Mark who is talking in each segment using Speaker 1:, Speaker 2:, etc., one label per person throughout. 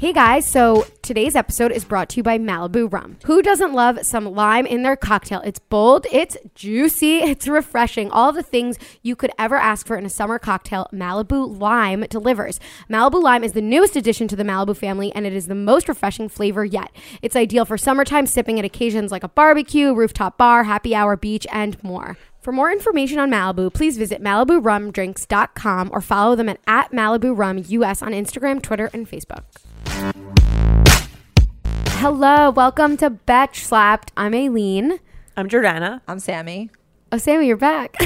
Speaker 1: Hey guys, so today's episode is brought to you by Malibu Rum. Who doesn't love some lime in their cocktail? It's bold, it's juicy, it's refreshing. All the things you could ever ask for in a summer cocktail, Malibu Lime delivers. Malibu Lime is the newest addition to the Malibu family and it is the most refreshing flavor yet. It's ideal for summertime sipping at occasions like a barbecue, rooftop bar, happy hour, beach, and more. For more information on Malibu, please visit MalibuRumDrinks.com or follow them at, at Malibu Rum US on Instagram, Twitter, and Facebook. Hello, welcome to Betch Slapped. I'm Aileen.
Speaker 2: I'm Jordana.
Speaker 3: I'm Sammy.
Speaker 1: Oh, Sammy, you're back.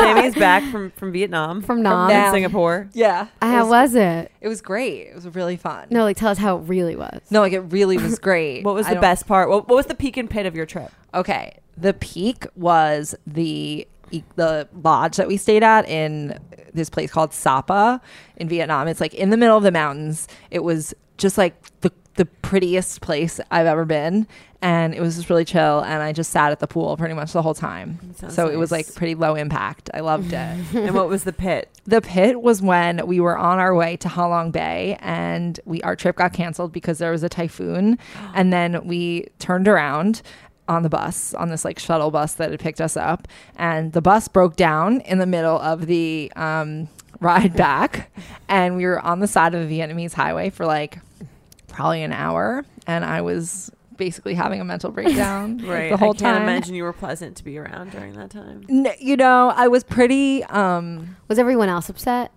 Speaker 2: Sammy's back from, from Vietnam.
Speaker 1: From Nam.
Speaker 2: in Singapore.
Speaker 3: Yeah.
Speaker 1: How
Speaker 3: it, was,
Speaker 1: was it?
Speaker 3: it was great. It was really fun.
Speaker 1: No, like tell us how it really was.
Speaker 3: No, like it really was great.
Speaker 2: What was
Speaker 3: I
Speaker 2: the
Speaker 3: don't-
Speaker 2: best part? What, what was the peak and pit of your trip?
Speaker 3: Okay. The peak was the e, the lodge that we stayed at in this place called Sapa in Vietnam. It's like in the middle of the mountains. It was just like the the prettiest place I've ever been. And it was just really chill. And I just sat at the pool pretty much the whole time.
Speaker 2: sounds
Speaker 3: So it was
Speaker 2: nice.
Speaker 3: like pretty low impact. I loved it.
Speaker 2: and what was the pit?
Speaker 3: The pit was when we were on our way to Halong Bay and we our trip got canceled because there was a typhoon and then we turned around on the bus on this like shuttle bus that had picked us up and the bus broke down in the middle of the um, ride back and we were on the side of the Vietnamese highway for like probably an hour and I was basically having a mental breakdown like, the whole
Speaker 2: I can't
Speaker 3: time.
Speaker 2: imagine you were pleasant to be around during that time.
Speaker 3: N- you know, I was pretty um,
Speaker 1: Was everyone else upset?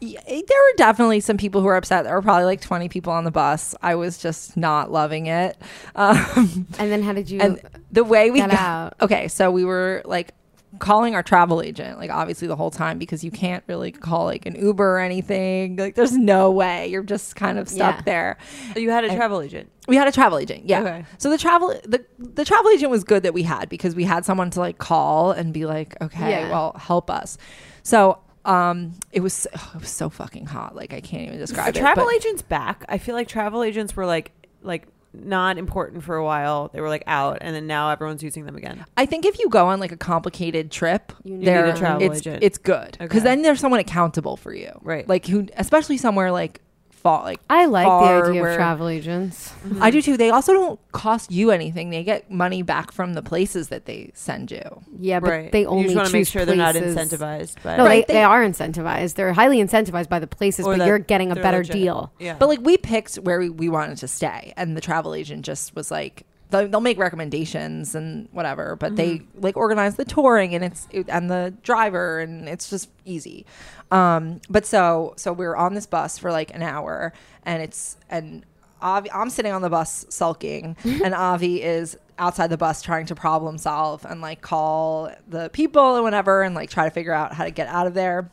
Speaker 3: Yeah, eh, there were definitely some people who were upset. There were probably like 20 people on the bus. I was just not loving it. Um,
Speaker 1: And then how did you?
Speaker 3: and the way we
Speaker 1: Get
Speaker 3: got
Speaker 1: out.
Speaker 3: okay, so we were like calling our travel agent, like obviously the whole time because you can't really call like an Uber or anything. Like there's no way. You're just kind of stuck
Speaker 1: Yeah.
Speaker 3: there.
Speaker 2: You had a travel agent.
Speaker 3: We had a travel agent, yeah.
Speaker 2: Okay.
Speaker 3: So the travel the the travel agent was good that we had because we had someone to like call and be like, okay,
Speaker 1: Yeah.
Speaker 3: well, help us. So um, it was oh, it was so fucking hot, like I can't even describe
Speaker 2: Are
Speaker 3: it.
Speaker 2: travel
Speaker 3: but-
Speaker 2: agents back? I feel like travel agents were like like not important for a while. They were like out, and then now everyone's using them again.
Speaker 3: I think if you go on like a complicated trip,
Speaker 1: You need
Speaker 3: there
Speaker 1: a travel
Speaker 3: it's,
Speaker 2: agent.
Speaker 3: it's good because
Speaker 2: Okay.
Speaker 3: then there's someone accountable for you,
Speaker 2: Right.
Speaker 3: Like who, especially somewhere like fall, like
Speaker 1: I like
Speaker 3: far
Speaker 1: the idea of
Speaker 3: where-
Speaker 1: travel agents.
Speaker 3: I do too. They also don't cost you anything; they get money back from the places that they send you.
Speaker 1: Yeah, but
Speaker 2: right.
Speaker 1: they only
Speaker 2: you just wanna
Speaker 1: choose
Speaker 2: make sure they're not
Speaker 1: places-
Speaker 2: incentivized. By
Speaker 1: No,
Speaker 3: Right,
Speaker 1: they,
Speaker 3: they-
Speaker 1: they are incentivized. They're highly incentivized by the places,
Speaker 2: or
Speaker 1: but
Speaker 2: that
Speaker 1: you're getting a
Speaker 2: they're
Speaker 1: better
Speaker 2: legit.
Speaker 1: deal.
Speaker 2: Yeah,
Speaker 3: But like we picked where we, we wanted to stay, and the travel agent just was like, they'll, they'll make recommendations and whatever, but they like organize the touring and it's it, and the driver, and it's just easy. Um, but so so we were on this bus for like an hour, and it's and Avi, I'm sitting on the bus sulking, and Avi is outside the bus trying to problem solve and like call the people and whatever, and like try to figure out how to get out of there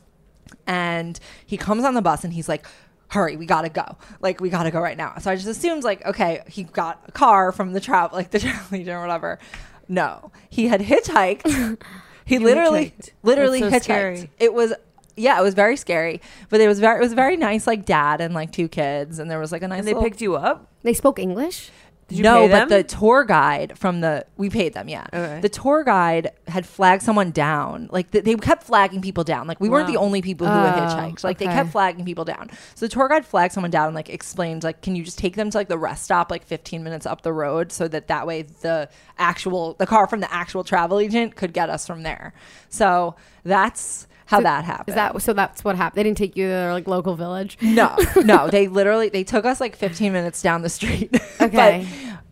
Speaker 3: and he comes on the bus and he's like hurry we gotta go like we gotta go right now so i just assumed like okay he got a car from the travel like the travel agent or whatever no he had hitchhiked he literally
Speaker 2: hitchhiked.
Speaker 3: literally
Speaker 2: That's so
Speaker 3: hitchhiked
Speaker 2: scary.
Speaker 3: it was yeah it was very scary but it was very it was a very nice like dad and like two kids and there was like a nice
Speaker 2: and they
Speaker 3: little-
Speaker 2: picked you up.
Speaker 1: They spoke English.
Speaker 2: Did you
Speaker 3: no,
Speaker 2: pay
Speaker 3: but
Speaker 2: them?
Speaker 3: the tour guide from the we paid them. Yeah,
Speaker 2: Okay.
Speaker 3: the tour guide had flagged someone down. Like th- they kept flagging people down. Like we weren't
Speaker 2: Wow.
Speaker 3: the only people who had
Speaker 1: Oh,
Speaker 3: hitchhiked. Like they
Speaker 1: okay.
Speaker 3: kept flagging people down. So the tour guide flagged someone down and like explained like, can you just take them to like the rest stop like 15 minutes up the road so that that way the actual the car from the actual travel agent could get us from there. So that's how that happened.
Speaker 1: Is that so? That's what happened. They didn't take you to their like local village.
Speaker 3: No, no, they literally they took us like 15 minutes down the street.
Speaker 1: Okay.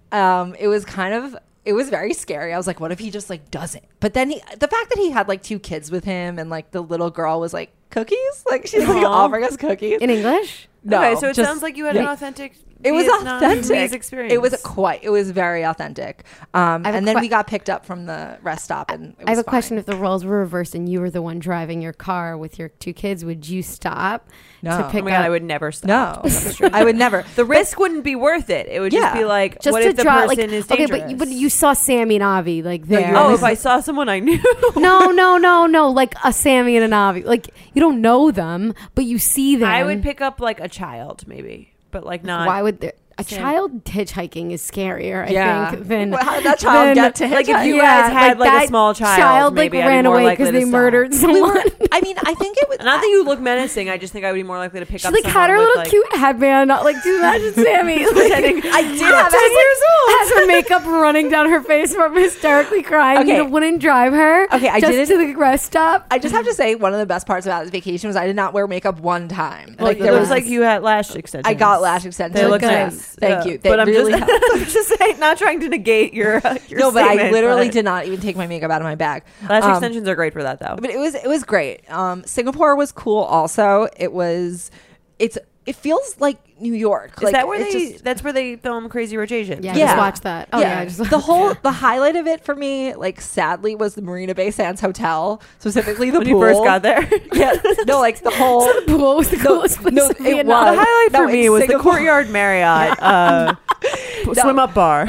Speaker 3: but um, it was kind of it was very scary. I was like, what if he just like doesn't? But then he, the fact that he had like two kids with him and like the little girl was like cookies, like she's like
Speaker 2: Aw.
Speaker 3: offering us cookies.
Speaker 1: in English.
Speaker 3: no,
Speaker 2: okay, so it
Speaker 3: just-
Speaker 2: sounds like you had an
Speaker 3: yeah.
Speaker 2: authentic.
Speaker 3: It was
Speaker 2: Vietnamese
Speaker 3: authentic.
Speaker 2: Experience.
Speaker 3: It was quite. It was very authentic. Um,
Speaker 1: I have a
Speaker 3: and then
Speaker 1: que-
Speaker 3: we got picked up from the rest stop, and it
Speaker 1: I have
Speaker 3: was
Speaker 1: a
Speaker 3: fine.
Speaker 1: question. If the roles were reversed and you were the one driving your car with your two kids, would you stop to
Speaker 3: No.
Speaker 1: pick
Speaker 2: Oh my god,
Speaker 1: up?
Speaker 2: I would never stop.
Speaker 3: No, I would never.
Speaker 2: The risk wouldn't be worth it. It would just
Speaker 3: Yeah.
Speaker 2: be like,
Speaker 1: just
Speaker 2: what
Speaker 1: to
Speaker 2: if the
Speaker 1: draw, like
Speaker 2: person is dangerous?
Speaker 1: okay, but you, but you saw Sammy and Avi like
Speaker 3: No, you
Speaker 1: there.
Speaker 3: were
Speaker 2: oh,
Speaker 3: Yeah.
Speaker 2: if I saw someone I knew,
Speaker 1: no, no, no, no, like a Sammy and an Avi. Like you don't know them, but you see them.
Speaker 2: I would pick up like a child, maybe, but like not.
Speaker 1: Why would there? a child hitchhiking is scarier, I
Speaker 3: Yeah.
Speaker 1: think, than
Speaker 3: Well, how did that child
Speaker 1: than-
Speaker 3: get to
Speaker 4: Like, if you
Speaker 1: Yeah,
Speaker 4: guys had, like, a
Speaker 1: that
Speaker 4: small child,
Speaker 1: like
Speaker 4: maybe I'd be
Speaker 1: ran
Speaker 4: more
Speaker 1: away
Speaker 4: likely
Speaker 1: because
Speaker 4: to
Speaker 1: they
Speaker 4: stop.
Speaker 1: murdered
Speaker 3: We
Speaker 1: someone.
Speaker 3: were, I mean, I think it was.
Speaker 4: Not that you look menacing. I just think I would be more likely to pick
Speaker 1: She
Speaker 4: up.
Speaker 1: like
Speaker 4: someone
Speaker 1: had her
Speaker 4: with,
Speaker 1: little
Speaker 4: like-
Speaker 1: cute headband, on, like do you imagine Sammy? Like,
Speaker 3: I did have
Speaker 1: just, like,
Speaker 3: it.
Speaker 1: Has her makeup running down her face from hysterically crying.
Speaker 3: Okay.
Speaker 1: You wouldn't drive her.
Speaker 3: Okay, I
Speaker 1: just
Speaker 3: didn't-
Speaker 1: to the rest stop.
Speaker 3: I just have to say, one of the best parts about this vacation was I did not wear makeup one time.
Speaker 4: Like, there was like
Speaker 1: Yes.
Speaker 4: you had lash extensions.
Speaker 3: I got lash extensions.
Speaker 4: They look
Speaker 1: Good.
Speaker 4: nice.
Speaker 3: Thank
Speaker 4: Yeah.
Speaker 3: you. They
Speaker 4: but
Speaker 3: really
Speaker 4: I'm just,
Speaker 3: helped.
Speaker 4: I'm just saying, not trying to negate your. Uh, your
Speaker 3: no, but I
Speaker 4: statement,
Speaker 3: literally
Speaker 4: but-
Speaker 3: did not even take my makeup out of my bag.
Speaker 4: Lash
Speaker 3: Um,
Speaker 4: extensions are great for that, though.
Speaker 3: but it was it was great. Um, Singapore was cool. Also, it was it's it feels like New York.
Speaker 4: Is
Speaker 3: Like,
Speaker 4: that where
Speaker 3: it
Speaker 4: they?
Speaker 3: just-
Speaker 4: that's where they film Crazy Rich Asian.
Speaker 1: Yeah,
Speaker 3: Yeah.
Speaker 1: just watch that. Oh yeah, just,
Speaker 3: the whole the highlight of it for me, like sadly, was the Marina Bay Sands hotel, specifically the
Speaker 4: When
Speaker 3: pool.
Speaker 4: you first got there,
Speaker 3: yeah, no, like the whole
Speaker 1: pool was the coolest place.
Speaker 3: no,
Speaker 1: in
Speaker 3: it
Speaker 1: Vietnam.
Speaker 3: was.
Speaker 4: the highlight
Speaker 3: No,
Speaker 4: for me
Speaker 3: it's
Speaker 4: was the
Speaker 3: Singapore.
Speaker 4: Courtyard Marriott uh, swim up bar.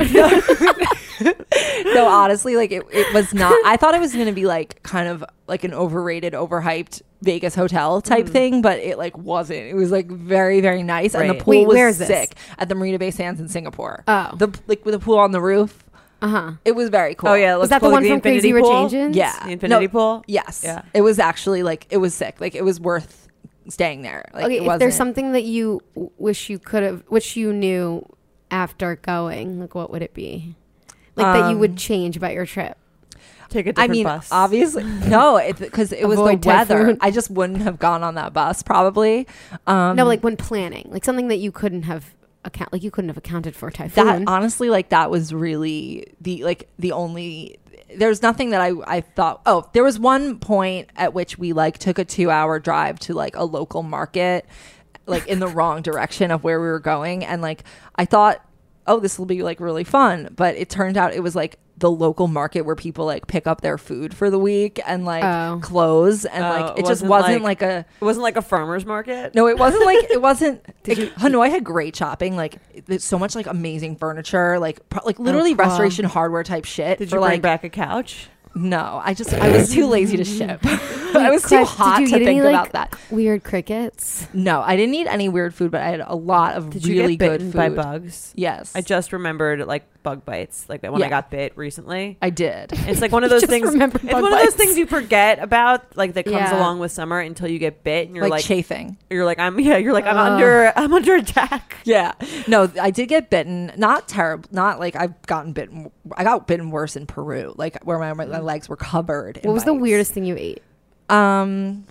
Speaker 3: no, honestly, like it, it was not. I thought it was going to be like kind of like an overrated, overhyped Vegas hotel
Speaker 1: Mm.
Speaker 3: type thing, but it like wasn't. It was like very, very nice, and
Speaker 4: Right.
Speaker 3: the pool
Speaker 1: Wait,
Speaker 3: was
Speaker 1: where is this?
Speaker 3: sick at the Marina Bay Sands in Singapore.
Speaker 1: Oh.
Speaker 3: the like with the pool on the roof.
Speaker 1: Uh huh.
Speaker 3: It was very cool.
Speaker 4: Oh yeah, it
Speaker 1: Was that
Speaker 4: looks
Speaker 1: the
Speaker 4: cool, like
Speaker 1: one from
Speaker 4: Infinity
Speaker 1: Crazy Rich
Speaker 4: Pool.
Speaker 1: Asians?
Speaker 3: Yeah.
Speaker 4: The infinity
Speaker 3: No,
Speaker 4: pool.
Speaker 3: Yes,
Speaker 4: Yeah.
Speaker 3: it was actually like it was sick. Like it was worth staying there. Like
Speaker 1: okay,
Speaker 3: it
Speaker 1: if
Speaker 3: wasn't.
Speaker 1: there's something that you w- wish you could have, wish you knew after going, like what would it be? Like that you
Speaker 3: Um,
Speaker 1: would change about your trip.
Speaker 4: Take a
Speaker 3: I
Speaker 4: different
Speaker 3: mean,
Speaker 4: bus.
Speaker 3: obviously, no, because it was the
Speaker 1: Avoid
Speaker 3: weather.
Speaker 1: typhoon.
Speaker 3: I just wouldn't have gone on that bus probably. Um,
Speaker 1: no, like when planning, like something that you couldn't have account, like you couldn't have accounted for typhoon.
Speaker 3: that honestly like that was really the like the only there's nothing that I, I thought oh there was one point at which we like took a two hour drive to like a local market like in the wrong direction of where we were going and like i thought oh this will be like really fun but it turned out it was like the local market where people like pick up their food for the week and like
Speaker 1: Oh.
Speaker 3: clothes and
Speaker 4: Oh,
Speaker 3: like
Speaker 4: it
Speaker 3: it just
Speaker 4: wasn't,
Speaker 3: wasn't
Speaker 4: like-
Speaker 3: like a
Speaker 4: it wasn't like a farmer's market.
Speaker 3: no, it wasn't like it wasn't. like, Hanoi had great shopping. Like there's so much like amazing furniture, like pro- like literally
Speaker 1: cool.
Speaker 3: restoration hardware type
Speaker 4: Oh,
Speaker 3: shit.
Speaker 4: Did
Speaker 3: for,
Speaker 4: you bring
Speaker 3: like,
Speaker 4: back a couch?
Speaker 3: No, I just I was too lazy to ship. I was too
Speaker 1: Quest, did
Speaker 3: hot to
Speaker 1: you
Speaker 3: think
Speaker 1: get any, like,
Speaker 3: about that.
Speaker 1: Weird crickets.
Speaker 3: No, I didn't eat any weird food, but I had a lot of
Speaker 4: Did
Speaker 3: really
Speaker 4: you get bitten
Speaker 3: good food.
Speaker 4: by bugs?
Speaker 3: Yes,
Speaker 4: I just remembered like bug bites, like when
Speaker 3: Yeah.
Speaker 4: I got bit recently.
Speaker 3: I did.
Speaker 4: It's like one of those
Speaker 1: just
Speaker 4: things.
Speaker 1: remember
Speaker 4: It's
Speaker 1: bug
Speaker 4: one of those
Speaker 1: bites.
Speaker 4: things you forget about, like that comes
Speaker 1: Yeah.
Speaker 4: along with summer until you get bit, and you're
Speaker 3: Like,
Speaker 4: like,
Speaker 3: chafing.
Speaker 4: you're like, I'm yeah, you're like, I'm
Speaker 1: Ugh.
Speaker 4: under, I'm under attack.
Speaker 3: Yeah. No, I did get bitten. Not terrible. Not like I've gotten bitten. I got bitten worse in Peru, like where my, my
Speaker 4: Mm.
Speaker 3: legs were covered. in
Speaker 1: What was the
Speaker 3: bites.
Speaker 1: weirdest thing you ate?
Speaker 3: Um,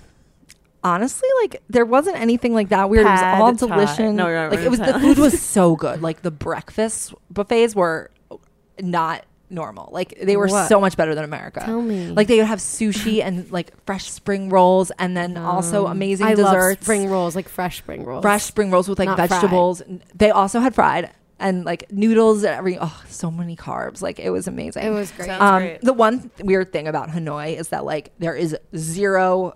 Speaker 3: honestly, like there wasn't anything like that weird.
Speaker 4: Pad
Speaker 3: it was all
Speaker 4: Thai.
Speaker 3: delicious.
Speaker 4: No, you're not
Speaker 3: like it was the
Speaker 4: right.
Speaker 3: food was so good. Like the breakfast buffets were not normal. Like they were
Speaker 1: What?
Speaker 3: so much better than America.
Speaker 1: Tell me.
Speaker 3: Like they would have sushi and like fresh spring rolls, and then also amazing
Speaker 1: Um, I
Speaker 3: desserts.
Speaker 1: love spring rolls, like fresh spring rolls.
Speaker 3: fresh spring rolls with like
Speaker 1: Not fried.
Speaker 3: vegetables. They also had fried and like noodles and every oh so many carbs. Like it was amazing.
Speaker 1: It was great.
Speaker 4: Sounds-
Speaker 3: Um,
Speaker 4: great.
Speaker 3: The one th- weird thing about Hanoi is that like there is zero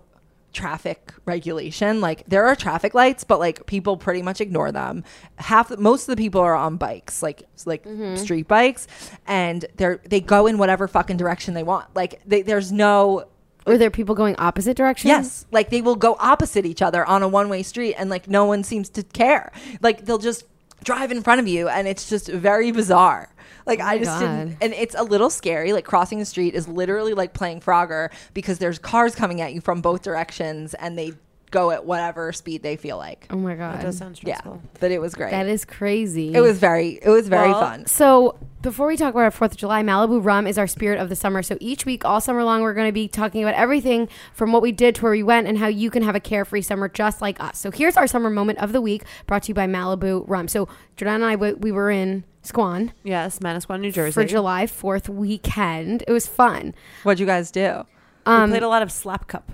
Speaker 3: traffic regulation. Like there are traffic lights, but like people pretty much ignore them. Half most of the people are on bikes, like s- like
Speaker 4: Mm-hmm.
Speaker 3: street bikes, and they're they go in whatever fucking direction they want. Like they, there's no
Speaker 1: Were there people going opposite directions?
Speaker 3: Yes, like they will go opposite each other on a one-way street, and like no one seems to care. Like they'll just drive in front of you, and it's just very bizarre. Like I
Speaker 1: my
Speaker 3: just didn't,
Speaker 1: God.
Speaker 3: and it's a little scary. Like crossing the street is literally like playing Frogger because there's cars coming at you from both directions, and they go at whatever speed they feel like.
Speaker 1: Oh my god.
Speaker 4: That does sound
Speaker 3: Yeah,
Speaker 4: stressful.
Speaker 3: but it was great.
Speaker 1: That is crazy.
Speaker 3: it was very, it was very
Speaker 4: Well,
Speaker 3: fun.
Speaker 1: So before we talk about our Fourth of July, Malibu rum is our spirit of the summer. So each week, all summer long, we're going to be talking about everything from what we did to where we went and how you can have a carefree summer just like us. So here's our summer moment of the week, brought to you by Malibu rum. So Jordana and I, we, we were in Squan
Speaker 4: Yes, Manasquan, New
Speaker 1: for
Speaker 4: Jersey.
Speaker 1: July Fourth weekend. It was fun.
Speaker 3: What'd you guys do?
Speaker 1: Um,
Speaker 4: we played a lot of slap cup.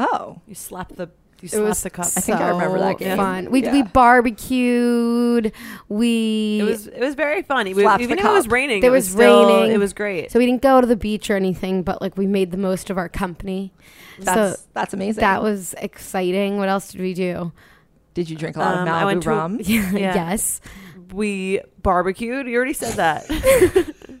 Speaker 3: Oh,
Speaker 4: You slap the, you
Speaker 1: It
Speaker 4: slap
Speaker 1: was
Speaker 4: the cup.
Speaker 3: I think I remember that
Speaker 1: so
Speaker 3: game.
Speaker 1: Fun. We
Speaker 3: Yeah.
Speaker 1: we barbecued. We
Speaker 4: it was it was very funny. We,
Speaker 3: Slapped
Speaker 4: even
Speaker 3: the
Speaker 4: though it was
Speaker 3: cup.
Speaker 4: raining,
Speaker 1: There
Speaker 4: it was,
Speaker 1: was
Speaker 4: still-
Speaker 1: raining.
Speaker 4: it was great.
Speaker 1: So we didn't go to the beach or anything, but like we made the most of our company. so
Speaker 3: that's that's amazing.
Speaker 1: that was exciting. What else did we do?
Speaker 3: Did you drink a lot
Speaker 4: Um,
Speaker 3: of
Speaker 4: I went
Speaker 3: Malibu
Speaker 4: to-
Speaker 3: rum?
Speaker 4: Yeah.
Speaker 1: Yes.
Speaker 4: we barbecued. You already said that.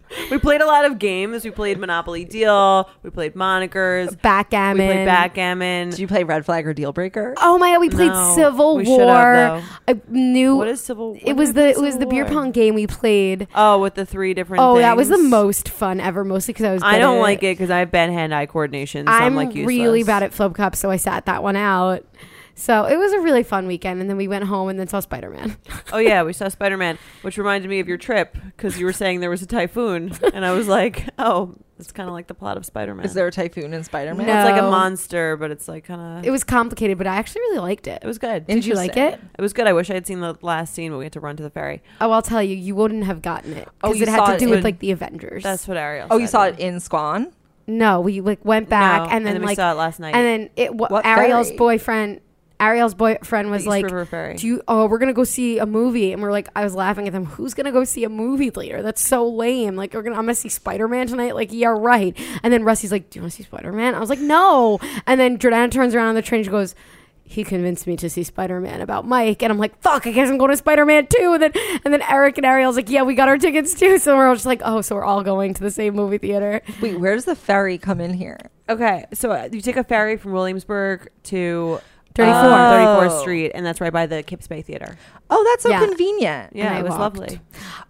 Speaker 4: we played a lot of games. We played Monopoly Deal. We played Monikers.
Speaker 1: Backgammon.
Speaker 4: We played Backgammon.
Speaker 3: Did you play Red Flag or Deal Breaker?
Speaker 1: Oh my god, we played
Speaker 4: No,
Speaker 1: Civil
Speaker 4: we should have,
Speaker 1: War. I knew
Speaker 4: What is Civil-
Speaker 1: It
Speaker 4: what
Speaker 1: was
Speaker 4: is
Speaker 1: the it
Speaker 4: Civil
Speaker 1: was the beer
Speaker 4: War?
Speaker 1: pong game we played.
Speaker 4: Oh, with the three different.
Speaker 1: Oh, that was the
Speaker 4: things.
Speaker 1: most fun ever. Mostly because I was.
Speaker 4: I
Speaker 1: good
Speaker 4: don't
Speaker 1: at
Speaker 4: like it because I have bad hand-eye coordination. So I'm,
Speaker 1: I'm
Speaker 4: like useless.
Speaker 1: really bad at flip cups, so I sat that one out. So it was a really fun weekend, and then we went home and then saw Spider Man.
Speaker 4: Oh yeah, we saw Spider Man, which reminded me of your trip because you were saying there was a typhoon, and I was like, oh, it's kind of like the plot of Spider Man.
Speaker 3: Is there a typhoon in Spider Man?
Speaker 1: No.
Speaker 4: It's like a
Speaker 1: Oh.
Speaker 4: monster, but it's like kind
Speaker 1: it
Speaker 4: of.
Speaker 1: was complicated, but I actually really liked it.
Speaker 4: It was good.
Speaker 1: Did you like it?
Speaker 4: It was good. I wish I had seen the last scene, but we had to run to the ferry.
Speaker 1: Oh, I'll tell you, you wouldn't have gotten it
Speaker 3: Oh,
Speaker 1: because
Speaker 3: you
Speaker 1: it had
Speaker 3: saw
Speaker 1: to
Speaker 3: it
Speaker 1: do with
Speaker 3: in-
Speaker 1: like the Avengers.
Speaker 4: That's what Ariel.
Speaker 3: Oh, you
Speaker 4: said.
Speaker 3: saw it in Squan?
Speaker 1: no, we like went back
Speaker 4: No,
Speaker 1: and then
Speaker 4: we
Speaker 1: like
Speaker 4: saw it last night.
Speaker 1: and then it wa
Speaker 3: What
Speaker 1: Ariel's
Speaker 3: ferry?
Speaker 1: boyfriend. Ariel's boyfriend was
Speaker 4: East
Speaker 1: like,
Speaker 4: River Ferry.
Speaker 1: "Do you? Oh, we're gonna go see a movie," and we're like, "I was laughing at them. Who's gonna go see a movie later? That's so lame. Like, we're gonna I'm gonna see Spider Man tonight. Like, yeah, right." And then Rusty's like, "Do you want to see Spider Man?" I was like, "No." And then Jordana turns around on the train. She goes, "He convinced me to see Spider Man about Mike," and I'm like, "Fuck! I guess I'm going to Spider Man too." And then and then Eric and Ariel's like, "Yeah, we got our tickets too." So we're all just like, "Oh, so we're all going to the same movie theater."
Speaker 3: Wait, where does the ferry come in here?
Speaker 4: Okay, so uh, you take a ferry from Williamsburg
Speaker 1: uh,
Speaker 4: to
Speaker 1: 34.
Speaker 4: um, 34th
Speaker 3: Oh.
Speaker 4: Street, and that's right by the Kips Bay Theater.
Speaker 3: Oh, that's so
Speaker 1: Yeah.
Speaker 3: convenient.
Speaker 1: And
Speaker 4: Yeah,
Speaker 1: I
Speaker 4: it was
Speaker 1: walked.
Speaker 4: lovely.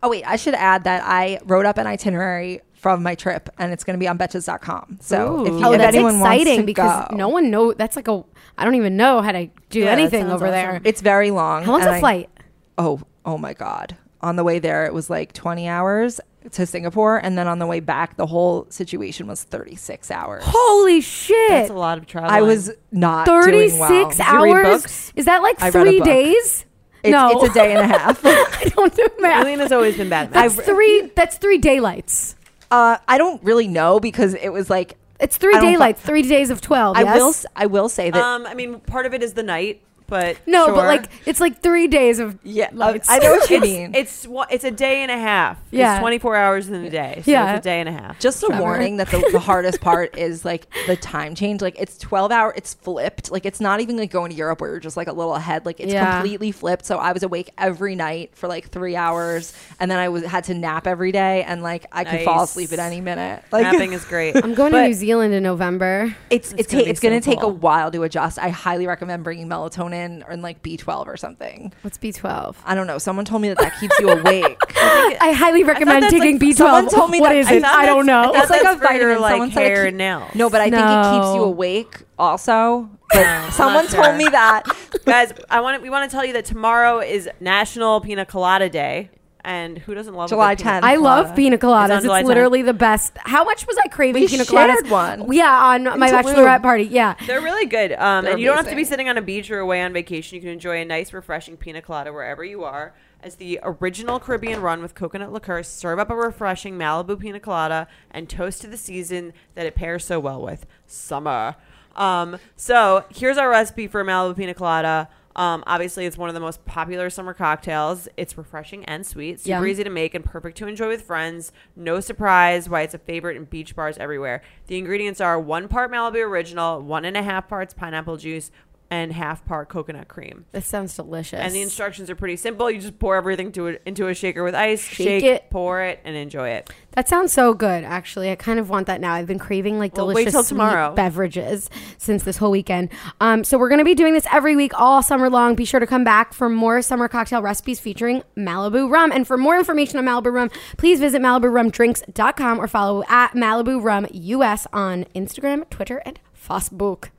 Speaker 3: Oh, wait, I should add that I wrote up an itinerary from my trip and it's going to be on betches.com. So if,
Speaker 4: Ooh.
Speaker 3: you,
Speaker 1: Oh,
Speaker 3: if
Speaker 1: that's
Speaker 3: anyone wants
Speaker 1: exciting
Speaker 3: to
Speaker 1: because
Speaker 3: go,
Speaker 1: no one know. That's like a. I don't even know how to do
Speaker 4: Yeah, that
Speaker 1: anything
Speaker 4: sounds
Speaker 1: over there.
Speaker 4: awesome.
Speaker 3: it's very long.
Speaker 1: How long's
Speaker 3: and
Speaker 1: the
Speaker 3: I-
Speaker 1: flight?
Speaker 3: Oh, oh my God. On the way there, it was like 20 hours to Singapore. And then on the way back, the whole situation was 36 hours.
Speaker 1: Holy
Speaker 4: That's
Speaker 1: shit!
Speaker 4: a lot of travel.
Speaker 3: I was not
Speaker 1: Thirty
Speaker 3: doing
Speaker 1: six
Speaker 3: well.
Speaker 4: you read
Speaker 1: hours.
Speaker 4: books?
Speaker 1: Is that like
Speaker 3: I read a
Speaker 1: three
Speaker 3: book.
Speaker 1: days?
Speaker 3: It's,
Speaker 1: no,
Speaker 3: it's a day and a half.
Speaker 1: I don't do math.
Speaker 4: Elena's always been bad. at
Speaker 1: That's
Speaker 4: math.
Speaker 1: three. That's three daylights.
Speaker 3: Uh, I don't really know because it was like
Speaker 1: It's three
Speaker 3: I don't fu-
Speaker 1: daylights. Three days of twelve.
Speaker 3: I
Speaker 1: yes?
Speaker 3: will s- I will say that
Speaker 4: um, I mean, part of it is the night, but
Speaker 1: No,
Speaker 4: sure.
Speaker 1: but like it's like three days of
Speaker 3: yeah I,
Speaker 1: lights.
Speaker 3: I know what you
Speaker 4: it's,
Speaker 3: mean.
Speaker 4: it's wa- it's a day and a half.
Speaker 1: Yeah.
Speaker 4: it's twenty four hours in a day. So
Speaker 1: Yeah.
Speaker 4: it's a day and a half.
Speaker 3: Just a
Speaker 1: Trevor.
Speaker 3: warning that the, the hardest part is like the time change. Like it's twelve hour. It's flipped. Like it's not even like going to Europe where you're just like a little ahead. Like it's
Speaker 1: Yeah.
Speaker 3: completely flipped. So I was awake every night for like three hours, and then I was had to nap every day, and like I could fall
Speaker 4: Nice.
Speaker 3: asleep at any minute. Like
Speaker 4: Napping is great.
Speaker 1: I'm going
Speaker 4: But
Speaker 1: to New Zealand in November.
Speaker 3: it's it's it's
Speaker 4: gonna
Speaker 3: gonna,
Speaker 4: be
Speaker 3: it's gonna
Speaker 4: so
Speaker 3: take
Speaker 4: cool.
Speaker 3: a while to adjust. I highly recommend bringing melatonin or like B twelve or something.
Speaker 1: What's B twelve?
Speaker 3: I don't know. Someone told me that that keeps you awake.
Speaker 1: I highly recommend
Speaker 4: that's
Speaker 1: taking
Speaker 4: like-
Speaker 1: B
Speaker 3: someone
Speaker 1: twelve.
Speaker 3: told me
Speaker 1: What
Speaker 3: that-
Speaker 1: is
Speaker 3: I
Speaker 1: it?
Speaker 4: thought
Speaker 1: I don't
Speaker 4: that's-
Speaker 1: know.
Speaker 4: I
Speaker 3: It's like
Speaker 4: that's
Speaker 3: a
Speaker 4: for your,
Speaker 3: vitamin.
Speaker 4: like,
Speaker 3: Someone said it
Speaker 4: hair
Speaker 3: keep-
Speaker 4: and nails.
Speaker 3: No, but I think it keeps you
Speaker 1: No.
Speaker 3: awake also. But someone
Speaker 4: not sure.
Speaker 3: told me that.
Speaker 4: guys, I want to, we want to tell you that tomorrow is National Pina Colada Day, and who doesn't love a
Speaker 3: July
Speaker 4: good pina-
Speaker 3: 10th.
Speaker 1: I
Speaker 3: Colada.
Speaker 1: love pina
Speaker 4: It's on
Speaker 1: coladas. It's,
Speaker 4: July 10th.
Speaker 1: literally the best. How much was I craving
Speaker 3: We
Speaker 1: pina
Speaker 3: shared
Speaker 1: coladas?
Speaker 3: one.
Speaker 1: Yeah, on my
Speaker 3: Tulum.
Speaker 1: bachelorette party. Yeah.
Speaker 4: They're really good. Um,
Speaker 3: They're
Speaker 4: and you don't have to be
Speaker 3: amazing.
Speaker 4: sitting on a beach or away on vacation. You can enjoy a nice, refreshing pina colada wherever you are. As the original Caribbean run with coconut liqueur, serve up a refreshing Malibu pina colada and toast to the season that it pairs so well with summer. Um, so here's our recipe for Malibu pina colada. Um, obviously, it's one of the most popular summer cocktails. It's refreshing and sweet, super
Speaker 1: Yum.
Speaker 4: easy to make and perfect to enjoy with friends. No surprise why it's a favorite in beach bars everywhere. The ingredients are one part Malibu original, one and a half parts pineapple juice, and half part coconut cream.
Speaker 1: That sounds delicious.
Speaker 4: And the instructions are pretty simple. You just pour everything to it into a shaker with ice,
Speaker 1: Shake
Speaker 4: shake,
Speaker 1: it.
Speaker 4: pour it, and enjoy it.
Speaker 1: that sounds so good, actually. I kind of want that now. I've been craving like
Speaker 4: Well, wait
Speaker 1: delicious
Speaker 4: till
Speaker 1: sweet
Speaker 4: tomorrow.
Speaker 1: beverages since this whole weekend. Um, so we're going to be doing this every week all summer long. Be sure to come back for more summer cocktail recipes featuring Malibu rum. And for more information on Malibu rum, please visit MalibuRumDrinks.com or follow at Malibu Rum US on Instagram, Twitter, and Facebook.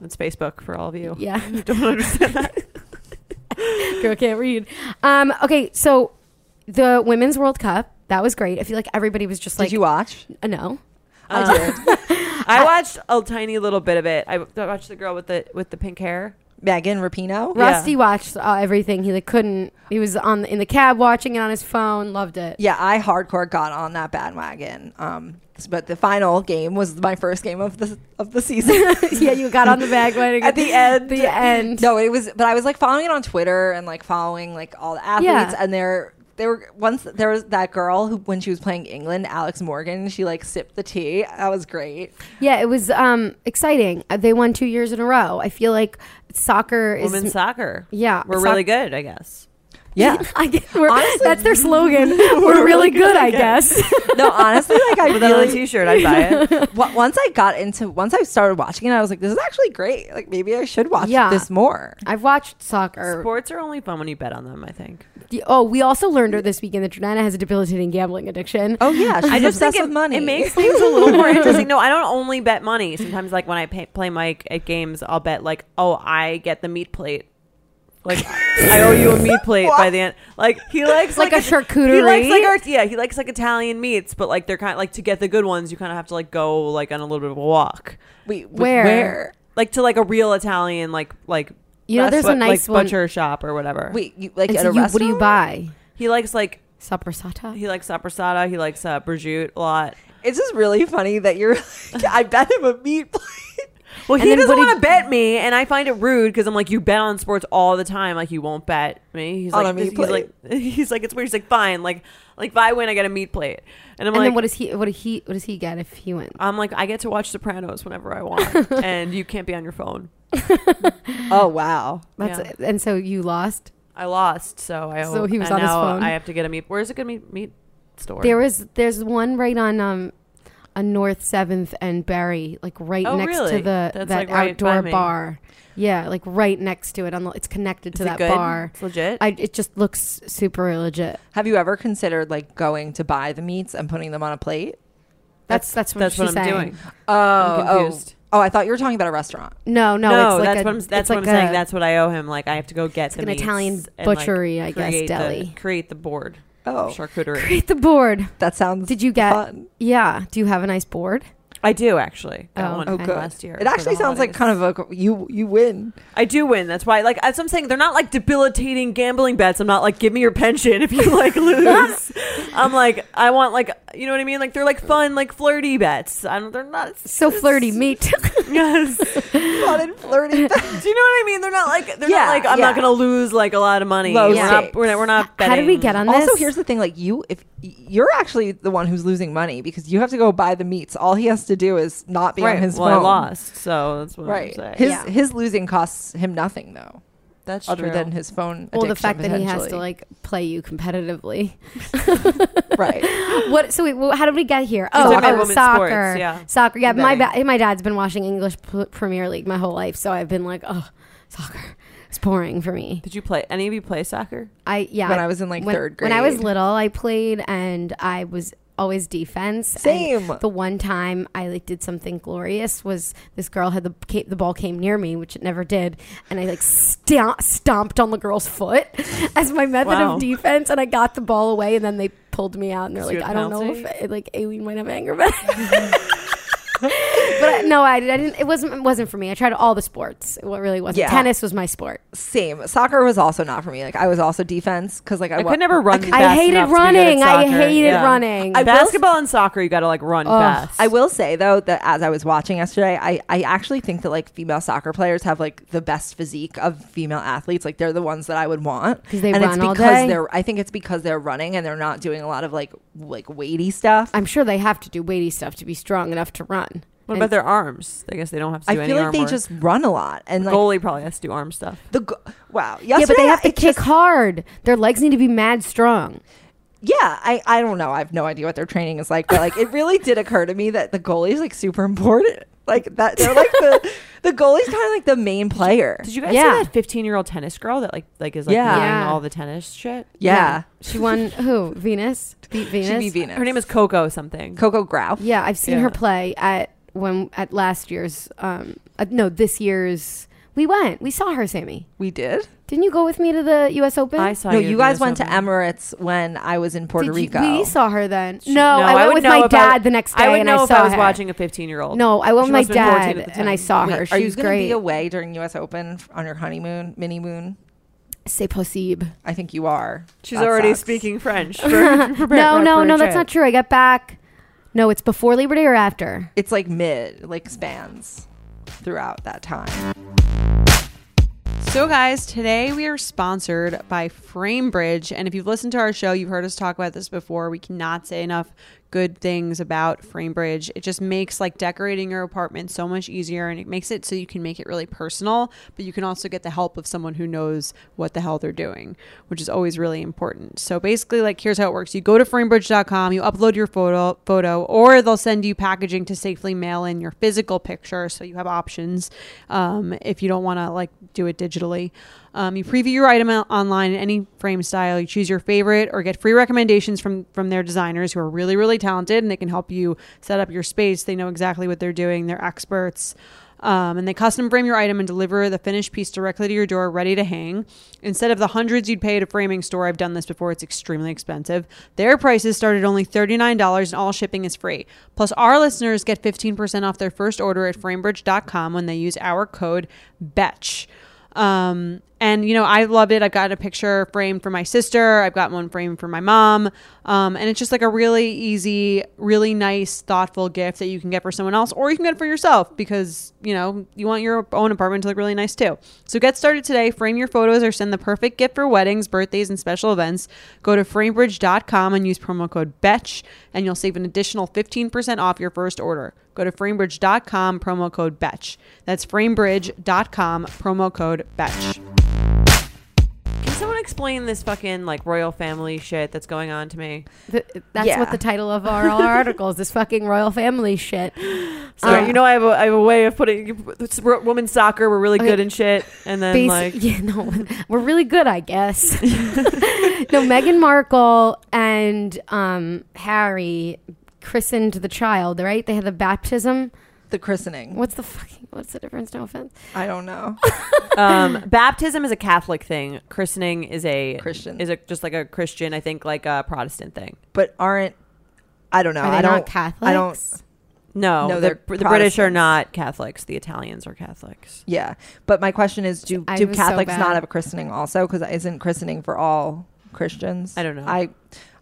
Speaker 4: That's Facebook for all of you.
Speaker 1: Yeah.
Speaker 4: Don't understand that.
Speaker 1: Girl can't read. Um, okay, so the Women's World Cup, that was great. I feel like everybody was just like,
Speaker 3: Did you watch? Uh,
Speaker 1: Uh, no.
Speaker 3: I did.
Speaker 4: I watched a tiny little bit of it. I watched the girl with the with the pink hair.
Speaker 3: Megan Rapino.
Speaker 4: Yeah.
Speaker 1: Rusty watched uh, everything. He like couldn't. He was on in the cab watching it on his phone. Loved it.
Speaker 3: Yeah, I hardcore got on that bandwagon. Um, but the final game was my first game of the of the season.
Speaker 1: yeah, you got on the bandwagon
Speaker 3: At the end.
Speaker 1: The end.
Speaker 3: no, it was. But I was like following it on Twitter and like following like all the athletes
Speaker 1: Yeah.
Speaker 3: and they're. They were once there was that girl who when she was playing England, Alex Morgan, she like sipped the tea. That was great.
Speaker 1: Yeah, it was um exciting. Uh, They won two years in a row. I feel like soccer is
Speaker 4: Women's soccer.
Speaker 1: Yeah,
Speaker 4: We're
Speaker 1: soc-
Speaker 4: really good, I guess.
Speaker 3: Yeah.
Speaker 1: I guess we're,
Speaker 3: Honestly,
Speaker 1: that's their slogan. We're, really good, I guess.
Speaker 3: no, honestly, like I
Speaker 4: Put that on a
Speaker 3: really
Speaker 4: T-shirt, I'd buy it.
Speaker 3: w- once I got into once I started watching it, I was like, this is actually great. Like maybe I should watch
Speaker 1: Yeah.
Speaker 3: this more.
Speaker 1: I've watched soccer.
Speaker 4: Sports are only fun when you bet on them. I think.
Speaker 1: The- oh, we also learned her this weekend that Jordana has a debilitating gambling addiction.
Speaker 3: Oh yeah, she's
Speaker 4: I just
Speaker 3: obsessed
Speaker 4: think it,
Speaker 3: with money.
Speaker 4: it makes things a little more interesting. No, I don't only bet money. Sometimes, like when I pay, play Mike at games, I'll bet like, oh, I get the meat plate. Like I owe you a meat plate by the end. Like he likes
Speaker 1: Like
Speaker 4: like,
Speaker 1: a charcuterie?
Speaker 4: He likes like our, yeah, he likes like Italian meats, but like they're kind of like to get the good ones, you kind of have to like go like on a little bit of a walk,
Speaker 3: Wait, wait,
Speaker 1: Where?
Speaker 3: Where?
Speaker 4: like to like a real Italian like like
Speaker 1: You know,
Speaker 4: rest-
Speaker 1: there's a
Speaker 4: but, like,
Speaker 1: nice one-
Speaker 4: butcher shop or whatever.
Speaker 3: Wait, you like
Speaker 1: And
Speaker 3: at
Speaker 1: so
Speaker 3: a
Speaker 1: you-
Speaker 3: restaurant?
Speaker 1: what do you buy?
Speaker 4: He likes like
Speaker 1: Saprasata?
Speaker 4: he likes soppressata. He likes uh, prosciutto a lot.
Speaker 3: It's just really funny that you're. Like, I bet him a meat plate.
Speaker 4: Well,
Speaker 1: And
Speaker 4: he
Speaker 1: then
Speaker 4: doesn't
Speaker 1: what
Speaker 4: want to
Speaker 1: did-
Speaker 4: bet me, and I find it rude because I'm like, you bet on sports all the time. Like, you won't bet me.
Speaker 1: Oh,
Speaker 4: He's
Speaker 3: On
Speaker 4: like,
Speaker 3: a meat
Speaker 4: he's like, he's like, it's weird. He's like, fine. Like, like if I win, I get a meat plate. And I'm
Speaker 1: And
Speaker 4: like, Oh,
Speaker 1: then what does he? What does he? What does he get if he wins?
Speaker 4: I'm like, I get to watch Sopranos whenever I want, and you can't be on your phone.
Speaker 3: Oh wow.
Speaker 1: That's
Speaker 4: Yeah.
Speaker 1: it. and so you lost.
Speaker 4: I lost, so I
Speaker 1: So he was
Speaker 4: and
Speaker 1: on his
Speaker 4: now
Speaker 1: phone.
Speaker 4: I have to get a meat. Where's a good meat meat store?
Speaker 1: There was there's one right on um on North Seventh and Barry, like right
Speaker 4: Oh,
Speaker 1: next to
Speaker 4: really?
Speaker 1: the
Speaker 4: That's,
Speaker 1: that
Speaker 4: like, right by
Speaker 1: outdoor
Speaker 4: me.
Speaker 1: bar. Yeah, like right next to it. On the, it's connected to
Speaker 4: Is it
Speaker 1: that
Speaker 4: good?
Speaker 1: bar.
Speaker 4: It's legit.
Speaker 1: I, it just looks super legit.
Speaker 3: Have you ever considered like going to buy the meats and putting them on a plate?
Speaker 1: That's that's what
Speaker 4: That's
Speaker 1: she's
Speaker 4: what I'm
Speaker 1: saying.
Speaker 4: doing.
Speaker 3: Oh,
Speaker 4: confused.
Speaker 3: oh, oh! I thought you were talking about a restaurant.
Speaker 1: No, no,
Speaker 4: no,
Speaker 1: it's like
Speaker 4: that's
Speaker 1: a,
Speaker 4: what I'm.
Speaker 1: it's
Speaker 4: That's what
Speaker 1: like
Speaker 4: I'm saying.
Speaker 1: a-
Speaker 4: That's what I owe him. Like I have to go get the
Speaker 1: like an
Speaker 4: meats
Speaker 1: Italian
Speaker 4: and, like,
Speaker 1: butchery, I guess,
Speaker 4: create the-
Speaker 1: deli.
Speaker 4: create the board.
Speaker 3: Oh.
Speaker 4: charcuterie.
Speaker 1: create the board.
Speaker 3: That sounds.
Speaker 1: Did you get?
Speaker 3: fun.
Speaker 1: Yeah. Do you have a nice board?
Speaker 4: I do actually.
Speaker 1: Oh,
Speaker 4: That one
Speaker 1: okay.
Speaker 4: from
Speaker 1: Good.
Speaker 4: last year.
Speaker 3: It actually sounds like kind of a you you win.
Speaker 4: I do win. That's why. Like as I'm saying, they're not like debilitating gambling bets. I'm not like give me your pension if you like lose. I'm like I want like you know what I mean. Like they're like fun like flirty bets. I don't. They're not.
Speaker 1: So flirty meat.
Speaker 4: Yes. do you
Speaker 3: Fun and flirty.
Speaker 4: know what I mean? They're not like they're
Speaker 3: Yeah,
Speaker 4: not like I'm
Speaker 3: yeah.
Speaker 4: not gonna lose like a lot of money.
Speaker 3: Low
Speaker 4: we're,
Speaker 3: stakes.
Speaker 4: not, we're not. We're not betting.
Speaker 1: How did we get on this?
Speaker 3: also, here's the thing: like you, if you're actually the one who's losing money because you have to go buy the meats. All he has to do is not be
Speaker 4: Right.
Speaker 3: on his
Speaker 4: well,
Speaker 3: phone.
Speaker 4: I lost. So that's what
Speaker 3: Right.
Speaker 4: I'm saying.
Speaker 3: His
Speaker 1: Yeah.
Speaker 3: his losing costs him nothing though,
Speaker 4: that's
Speaker 3: other than his phone.
Speaker 1: well, the
Speaker 3: addiction,
Speaker 1: fact that he has to
Speaker 3: potentially.
Speaker 1: like play you competitively.
Speaker 3: right.
Speaker 1: What? So wait, well, how did we get here?
Speaker 4: talking
Speaker 1: Oh,
Speaker 4: about
Speaker 1: oh
Speaker 4: women's
Speaker 1: soccer,
Speaker 4: sports, yeah.
Speaker 1: soccer. Yeah, my
Speaker 3: Betting.
Speaker 1: ba- my dad's been watching English P- Premier League my whole life, so I've been like, oh, soccer. It's boring for me.
Speaker 4: Did you play? Any of you play soccer?
Speaker 1: I yeah.
Speaker 3: When I was in, like,
Speaker 1: when-
Speaker 3: third
Speaker 1: When I was
Speaker 3: grade.
Speaker 1: little, I played and I was always defense. And
Speaker 3: Same.
Speaker 1: the one time I like did something glorious was this girl had the ca- the ball came near me, which it never did, and I like stomp, stomped on the girl's foot as my method
Speaker 4: Wow.
Speaker 1: of defense, and I got the ball away, and then they pulled me out, and they're
Speaker 4: Is
Speaker 1: like,
Speaker 4: there a
Speaker 1: I don't know
Speaker 4: penalty?
Speaker 1: if it, like Aileen might have anger, but. but I, no, I, did- I didn't. It wasn't it wasn't for me. I tried all the sports. It really wasn't.
Speaker 3: Yeah.
Speaker 1: Tennis was my sport.
Speaker 3: Same. Soccer was also not for me. Like I was also defense because like I,
Speaker 4: I
Speaker 3: wa-
Speaker 4: could never run.
Speaker 3: I,
Speaker 4: fast
Speaker 1: I hated
Speaker 4: enough to be good at
Speaker 1: running. I
Speaker 4: soccer.
Speaker 1: hated running. I will-
Speaker 4: Basketball and soccer, you got to like run fast.
Speaker 3: I will say though that as I was watching yesterday, I, I actually think that like female soccer players have like the best physique of female athletes. Like they're the ones that I would want
Speaker 1: 'Cause they
Speaker 3: and it's
Speaker 1: run all
Speaker 3: because
Speaker 1: day?
Speaker 3: they're I think it's because they're running and they're not doing a lot of like like weighty stuff.
Speaker 1: I'm sure they have to do weighty stuff to be strong enough to run.
Speaker 4: What
Speaker 1: And-
Speaker 4: about their arms? I guess they don't have to
Speaker 3: I
Speaker 4: do any
Speaker 3: feel like
Speaker 4: arm
Speaker 3: they
Speaker 4: work.
Speaker 3: just run a lot and like
Speaker 4: goalie probably has to do arm stuff.
Speaker 3: the go- wow.
Speaker 1: yeah, but
Speaker 3: Yesterday,
Speaker 1: they have to
Speaker 3: it
Speaker 1: kick
Speaker 3: just-
Speaker 1: hard. Their legs need to be mad strong.
Speaker 3: Yeah, I, I don't know. I have no idea what their training is like, but like it really did occur to me that the goalie is like super important. Like that they're like the the goalie's kind of like the main player.
Speaker 4: Did you guys
Speaker 1: Yeah.
Speaker 4: see that 15 year old tennis girl that like like is like
Speaker 3: Yeah.
Speaker 4: running
Speaker 1: Yeah.
Speaker 4: all the tennis shit?
Speaker 3: Yeah.
Speaker 1: She won who? Venus? Beat Venus?
Speaker 3: She'd be Venus.
Speaker 4: Her name is Coco something.
Speaker 3: Coco Grau.
Speaker 1: Yeah, I've seen
Speaker 4: Yeah.
Speaker 1: her play at when at last year's um uh, no, this year's we went. We saw her, Sammy.
Speaker 3: We did.
Speaker 1: Didn't you go with me to the US Open?
Speaker 4: I saw
Speaker 3: no,
Speaker 4: you. at
Speaker 3: you
Speaker 4: the
Speaker 3: guys
Speaker 4: US
Speaker 3: went to
Speaker 4: Open.
Speaker 3: Emirates when I was in Puerto
Speaker 1: Did you-
Speaker 3: Rico.
Speaker 1: we saw her then. no, I went
Speaker 4: would
Speaker 1: with
Speaker 4: know
Speaker 1: my
Speaker 4: if I-
Speaker 1: dad the next day
Speaker 4: I would
Speaker 1: and
Speaker 4: know
Speaker 1: I
Speaker 4: if
Speaker 1: saw
Speaker 4: I was
Speaker 1: her.
Speaker 4: watching a 15 year old.
Speaker 1: No, I went with my dad and I saw
Speaker 3: Wait,
Speaker 1: her.
Speaker 3: are
Speaker 1: She
Speaker 3: you
Speaker 1: was
Speaker 3: gonna
Speaker 1: great.
Speaker 3: be away during U.S. Open f- on your honeymoon, mini moon?
Speaker 1: C'est possible.
Speaker 3: I think you are.
Speaker 4: She's
Speaker 3: That
Speaker 4: already
Speaker 3: sucks.
Speaker 4: speaking French. no,
Speaker 1: No, no, no, that's not true. I got back. No, it's before Labor Day or after.
Speaker 3: It's like mid, like spans throughout that time.
Speaker 5: So, guys, today we are sponsored by Framebridge. And if you've listened to our show, you've heard us talk about this before. We cannot say enough
Speaker 4: good things about Framebridge. It just makes like decorating your apartment so much easier and it makes it so you can make it really personal, but you can also get the help of someone who knows what the hell they're doing, which is always really important. So basically like here's how it works. You go to framebridge.com, you upload your photo photo or they'll send you packaging to safely mail in your physical picture so you have options um, if you don't want to like do it digitally. Um, you preview your item o- online in any frame style. You choose your favorite or get free recommendations from from their designers who are really really talented and they can help you set up your space. They know exactly what they're doing. They're experts. Um, and they custom frame your item and deliver the finished piece directly to your door, ready to hang. Instead of the hundreds you'd pay at a framing store, I've done this before. It's extremely expensive. Their prices start at only thirty nine dollars, and all shipping is free. Plus, our listeners get fifteen percent off their first order at framebridge.com when they use our code BETCH. Um, and you know, I loved it. I've got a picture framed for my sister. I've got one framed for my mom. Um, and it's just like a really easy, really nice, thoughtful gift that you can get for someone else, or you can get it for yourself because you know you want your own apartment to look really nice too. So get started today. Frame your photos or send the perfect gift for weddings, birthdays, and special events. Go to framebridge.com and use promo code BETCH, and you'll save an additional fifteen percent off your first order. Go to framebridge.com, promo code BETCH. That's framebridge.com, promo code BETCH.
Speaker 2: Can someone explain this fucking like royal family shit that's going on to me?
Speaker 1: Th- that's
Speaker 3: Yeah.
Speaker 1: what the title of our, all our article is. This fucking royal family shit.
Speaker 2: So
Speaker 1: Um,
Speaker 2: you know, I have a, I have a way of putting it's ro- women's soccer. We're really
Speaker 1: Okay.
Speaker 2: good and shit, and then
Speaker 1: Basi-
Speaker 2: like
Speaker 1: yeah, no, we're really good, I guess. no, Meghan Markle and um, Harry christened the child, right? They had the baptism.
Speaker 3: The christening.
Speaker 1: What's the fucking? What's the difference? No offense.
Speaker 3: I don't know.
Speaker 2: um, baptism is a Catholic thing. Christening is a
Speaker 3: Christian.
Speaker 2: is a just like a Christian. I think like a Protestant thing.
Speaker 3: But aren't I don't know.
Speaker 1: Are they
Speaker 3: I don't
Speaker 1: not Catholics?
Speaker 3: I don't
Speaker 2: No,
Speaker 3: No,
Speaker 2: the-
Speaker 3: they're
Speaker 2: the British are
Speaker 3: Protestants.
Speaker 2: not Catholics. The Italians are Catholics.
Speaker 3: yeah. But my question is do
Speaker 1: I
Speaker 3: do
Speaker 1: was so
Speaker 3: Catholics
Speaker 1: bad.
Speaker 3: not have a christening also cuz isn't christening for all Christians?
Speaker 2: I don't know.
Speaker 3: I